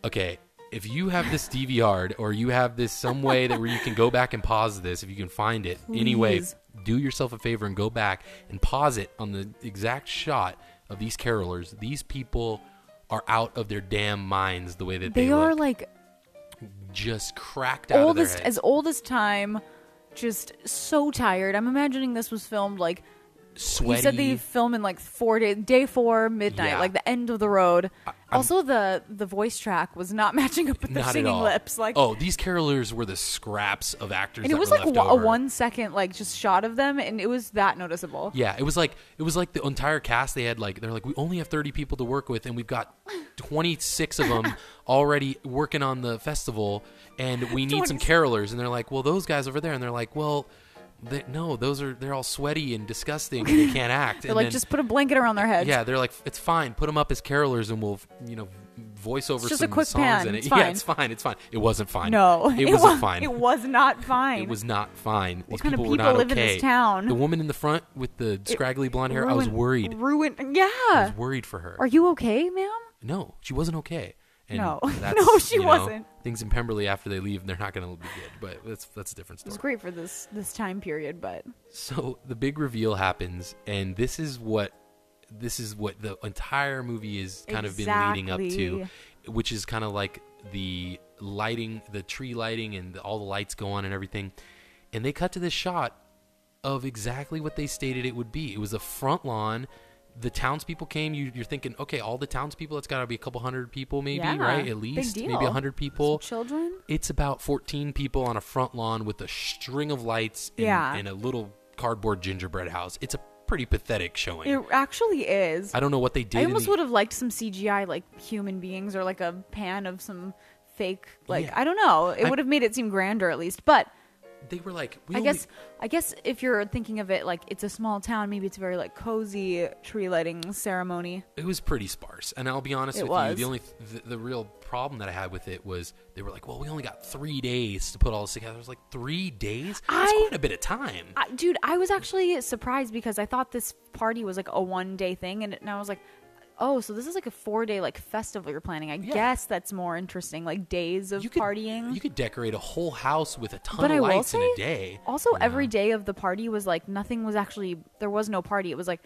okay, if you have this DVR or you have this some way that where you can go back and pause this, if you can find it, anyway, Please. do yourself a favor and go back and pause it on the exact shot of these carolers. These people are out of their damn minds the way that they, They are look. like just cracked out of oldest their head. as old as time, just so tired. I'm imagining this was filmed like sweaty. he said they film in like four day day four midnight, Yeah. like the end of the road. I'm- also, the the voice track was not matching up with the not at singing all. lips. Like oh, these carolers were the scraps of actors. and it that was were like left wa- a over. one second like just shot of them, and it was that noticeable. Yeah, it was like it was like the entire cast. They had like they're like we only have thirty people to work with, and we've got twenty six of them already working on the festival, and we need some 26. carolers. And they're like, well, those guys over there, and they're like, well, they, no, those are they're all sweaty and disgusting. and They can't act. They're and like then- just put a blanket around their heads. yeah, they're like it's fine. Put them up as carolers, and we'll you know voice over just a some quick songs pan, in it. it's Yeah, fine. it's fine. It's fine. It wasn't fine. No, it, wasn't wa- fine. It was not fine. It was not fine. These kind of were people not live in okay. this town? The woman in the front with the scraggly blonde hair, I was Ruined- worried. Ruined. I Yeah. was worried for her. Are you okay, ma'am? no, she wasn't okay. And No. that's, No, she you know, wasn't. Things in Pemberley after they leave, they're not going to be good. But that's that's a It different story. was great for this this time period, but So the big reveal happens, and this is what this is what the entire movie is kind of been leading up Exactly. to, which is kind of like the lighting, the tree lighting, and the, all the lights go on and everything. And they cut to this shot of exactly what they stated it would be. It was a front lawn. The townspeople came. You, you're thinking, okay, all the townspeople. It's got to be a couple hundred people, maybe, Yeah, right? At big least maybe a deal. hundred people. children. It's about 14 people on a front lawn with a string of lights and, Yeah. and a little cardboard gingerbread house. It's a pretty pathetic showing. It actually is. I don't know what they did. I in almost the- would have liked some CGI, like human beings, or like a pan of some fake. Like Yeah. I don't know. It I- would have made it seem grander, at least. But They were like, we I only- guess, I guess if you're thinking of it like it's a small town, maybe it's a very like cozy tree lighting ceremony. it was pretty sparse. And I'll be honest It with you, was. the only th- the, the real problem that I had with it was they were like, well, we only got three days to put all this together. I was like, three days? That's I- quite a bit of time. I, dude, I was actually surprised because I thought this party was like a one day thing, and, and I was like, oh, so this is like a four day like festival you're planning. I guess that's more interesting, like days of you could partying. You could decorate a whole house with a ton but of I will lights say, in a day. also you know? every day of the party was like nothing was actually there was no party. It was like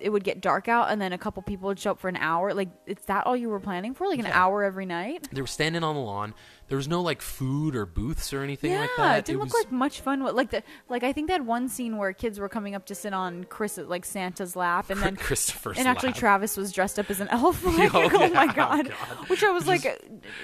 it would get dark out, and then a couple people would show up for an hour. Like, it's that all you were planning for? Like an Yeah. hour every night? They were standing on the lawn. There was no like food or booths or anything yeah, like that. it didn't was, look like much fun. What- Like the like I think they had one scene where kids were coming up to sit on Chris like Santa's lap, and then Christopher's and actually lap. Travis was dressed up as an elf. Like, Oh, oh, my yeah. god. God. Which I was like, uh,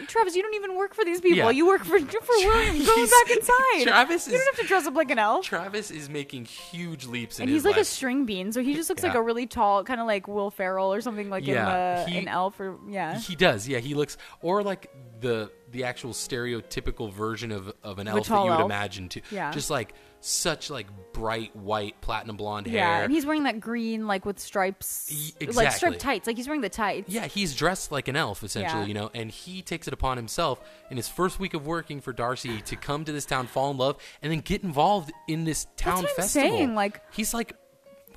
Travis, you don't even work for these people. Yeah. You work for for William. Go He's- back inside. Travis you is- don't have to dress up like an elf. Travis is making huge leaps in and his he's like a life. string bean, so he just looks like Yeah. a really tall, kind of like Will Ferrell or something like Yeah, in the he- in Elf or yeah, He does, yeah. He looks, or like the the actual stereotypical version of, of an elf that tall you would elf. imagine too. Yeah. Just like such like bright white platinum blonde hair. yeah. And he's wearing that green like with stripes, Y- like exactly. striped tights. Like he's wearing the tights. yeah, he's dressed like an elf essentially, Yeah. you know, and he takes it upon himself in his first week of working for Darcy to come to this town, fall in love, and then get involved in this town what I'm festival. saying, like- he's like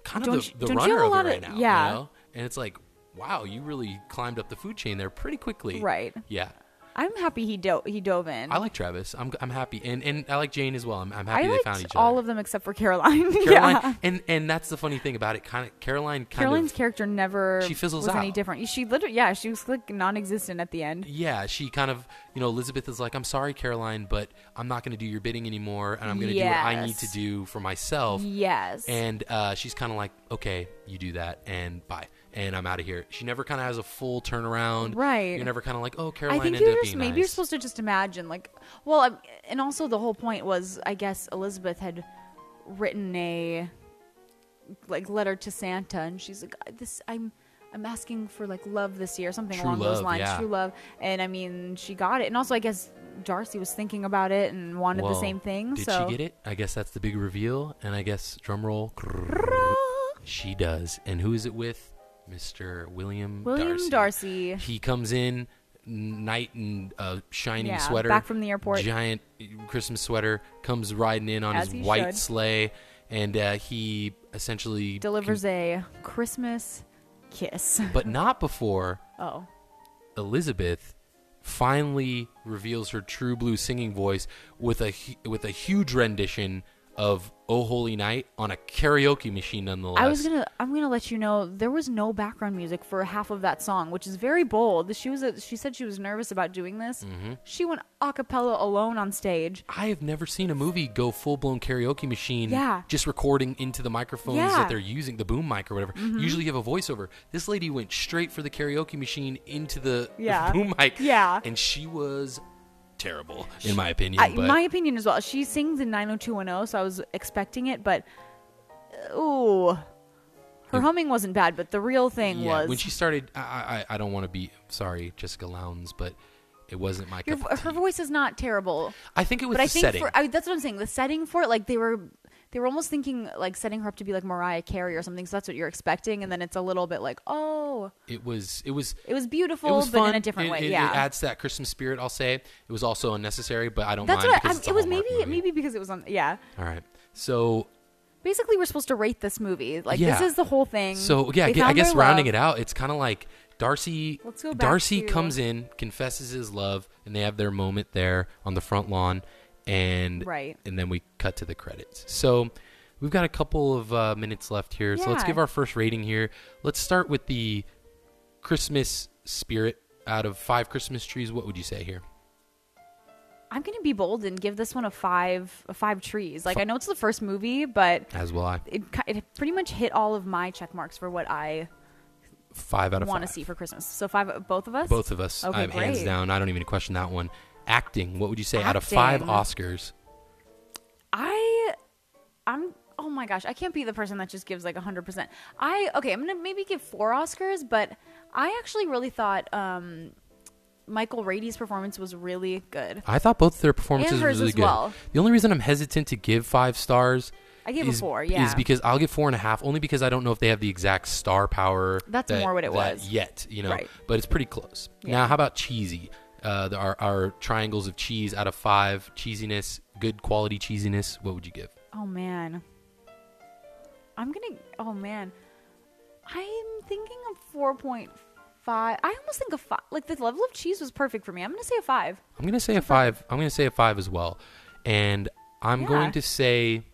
kind Don't of you- the, the don't you have runner a of it lot of- right now, yeah. you know? And it's like, wow, you really climbed up the food chain there pretty quickly, Right. Yeah. I'm happy he do- he dove in. I like Travis. I'm I'm happy, and and I like Jane as well. I'm, I'm I happy they liked found each all other. of them except for Caroline. Caroline, yeah. and and that's the funny thing about it. Kind of Caroline, kind Caroline's of character never She fizzles was any out. different. She literally, yeah, she was like non-existent at the end. yeah. She kind of you know Elizabeth is like, I'm sorry, Caroline, but I'm not going to do your bidding anymore, and I'm going to do what I need to Yes. do for myself. Yes, And uh, she's kind of like, okay, you do that, and bye, and I'm out of here. She never kind of has a full turnaround. Right. You're never kind of like, oh, I Caroline think ended you up just being maybe nice. you're supposed to just imagine like, well, I'm, and also the whole point was I guess Elizabeth had written a like letter to Santa, and she's like, "Uh, this I'm. I'm asking for like love this year, something True along those love, lines. yeah. True love, and I mean, she got it. And also, I guess Darcy was thinking about it and wanted the Whoa. same thing. Did so she get it? I guess that's the big reveal, and I guess drum roll. She does. And who is it with? Mr. William William Darcy. He comes in, knight in a shining Yeah, sweater. back from the airport. Giant eh, Christmas sweater. Comes riding in on As his he white should. sleigh. And uh, he essentially. delivers a Christmas kiss. But not before Oh. Elizabeth finally reveals her true blue singing voice with a hu- with a huge rendition of "Oh Holy Night" on a karaoke machine, nonetheless. I was gonna. I'm gonna let you know there was no background music for half of that song, which is very bold. She was. A, she said she was nervous about doing this. Mm-hmm. She went a cappella alone on stage. I have never seen a movie go full blown karaoke machine. Yeah. Just recording into the microphones Yeah. Mm-hmm. that they're using, the boom mic or whatever. Usually you have a voiceover. This lady went straight for the karaoke machine into the Yeah. boom mic. Yeah. And she was terrible, in my opinion. I, but my opinion as well. She sings in 90210, so I was expecting it, but uh, ooh, her humming wasn't bad, but the real thing yeah, was when she started, I, I, I don't want to be sorry, Jessica Lowndes, but it wasn't my your, cup of her tea. voice is not terrible. I think it was but I the think setting. for I, that's what I'm saying. The setting for it, like they were, they were almost thinking like setting her up to be like Mariah Carey or something. So that's what you're expecting, and then it's a little bit like, oh, it was. It was. it was It beautiful, was but fun. in a different It- way. it- yeah, It adds to that Christmas spirit. I'll say it was also unnecessary, but I don't that's mind. what I, because I'm, it's a it was. Hallmark Maybe movie. maybe because it was on. Yeah, All right. So basically we're supposed to rate this movie. Like Yeah. this is the whole thing. So yeah, I They gue- I found guess their rounding love. it out, it's kind of like Darcy. Let's go back Darcy to- comes in, confesses his love, and they have their moment there on the front lawn, and Right. and then we cut to the credits. So we've got a couple of uh, minutes left here, so let's Yeah. give our first rating here. Let's start with the Christmas spirit. Out of five Christmas trees, what would you say here? I'm gonna be bold and give this one a five, a five trees. Like I know it's the first movie, but As will I. it ki- it pretty much hit all of my check marks for what I Five out of want five. to see for Christmas. So five, both of us. Both of us, Okay, I'm hands great. down. I don't even question that one. Acting, what would you say? Out of five Acting. Oscars, I I'm oh my gosh, I can't be the person that just gives like 100%. I okay, I'm going to maybe give 4 Oscars, but I actually really thought um Michael Rady's performance was really good. I thought both their performances And were hers really as good. well. The only reason I'm hesitant to give five stars I gave a is, four, is yeah. because I'll get four and a half only because I don't know if they have the exact star power. That's that- more what it that was. yet, you know. Right. But it's pretty close. Yeah. Now, how about cheesy? Uh, the, our our triangles of cheese out of five cheesiness, good quality cheesiness. What would you give? Oh man. I'm going to oh man. I'm thinking of 4.5. I almost think a 5. Like the level of cheese was perfect for me. I'm going to say a 5. I'm gonna say a five. I'm gonna say a five as well, and I'm Yeah. going to say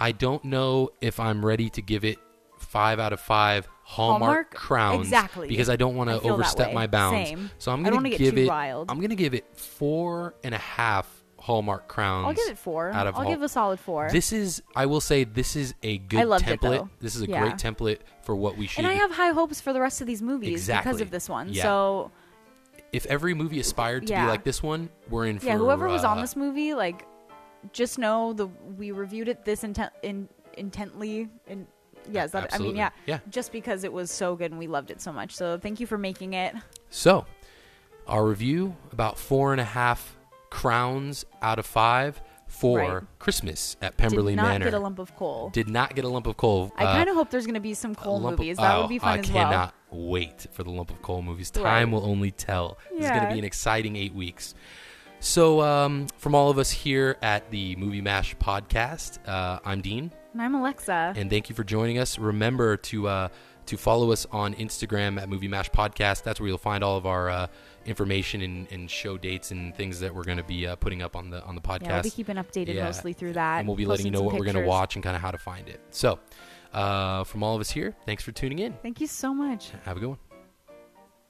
I don't know if I'm ready to give it five out of five Hallmark, Hallmark? crowns Exactly. because I don't want I to feel that overstep way. my bounds. Same. So I'm I gonna don't wanna get give too it. wild. I'm gonna give it four and a half Hallmark crowns. I'll give it 4. Out of I'll Hall- give a solid 4. This is. I will say this is a good loved it, template. though. this is a Yeah. great template for what we should. and I have high hopes for the rest of these movies because Exactly. of this one. Yeah. So if every movie aspired to be Yeah. like this one, we're in for. yeah whoever was on uh, this movie like just know the we reviewed it this inten- in, intently and Yeah, is that, I mean, Absolutely. yeah, Yeah. just because it was so good and we loved it so much. So thank you for making it. So, our review about four and a half crowns out of five for Right. Christmas at Pemberley Did not Manor. get a lump of coal. Did not get a lump of coal. I uh, kind of hope there's going to be some a coal lump of- movies. That oh, would be fun I as well. cannot wait for the lump of coal movies. Time Right. will only tell. This is going to Yeah. be an exciting eight weeks. So, um, from all of us here at the Movie Mash podcast, uh, I'm Dean. And I'm Alexa. and thank you for joining us. Remember to uh, to follow us on Instagram at Movie Mash Podcast. That's where you'll find all of our uh, information and, and show dates and things that we're going to be uh, putting up on the on the podcast. yeah, we'll be keeping updated Yeah. mostly through that. and we'll be letting you posting know some what we're going pictures. to watch and kind of how to find it. So, uh, from all of us here, thanks for tuning in. Thank you so much. Have a good one.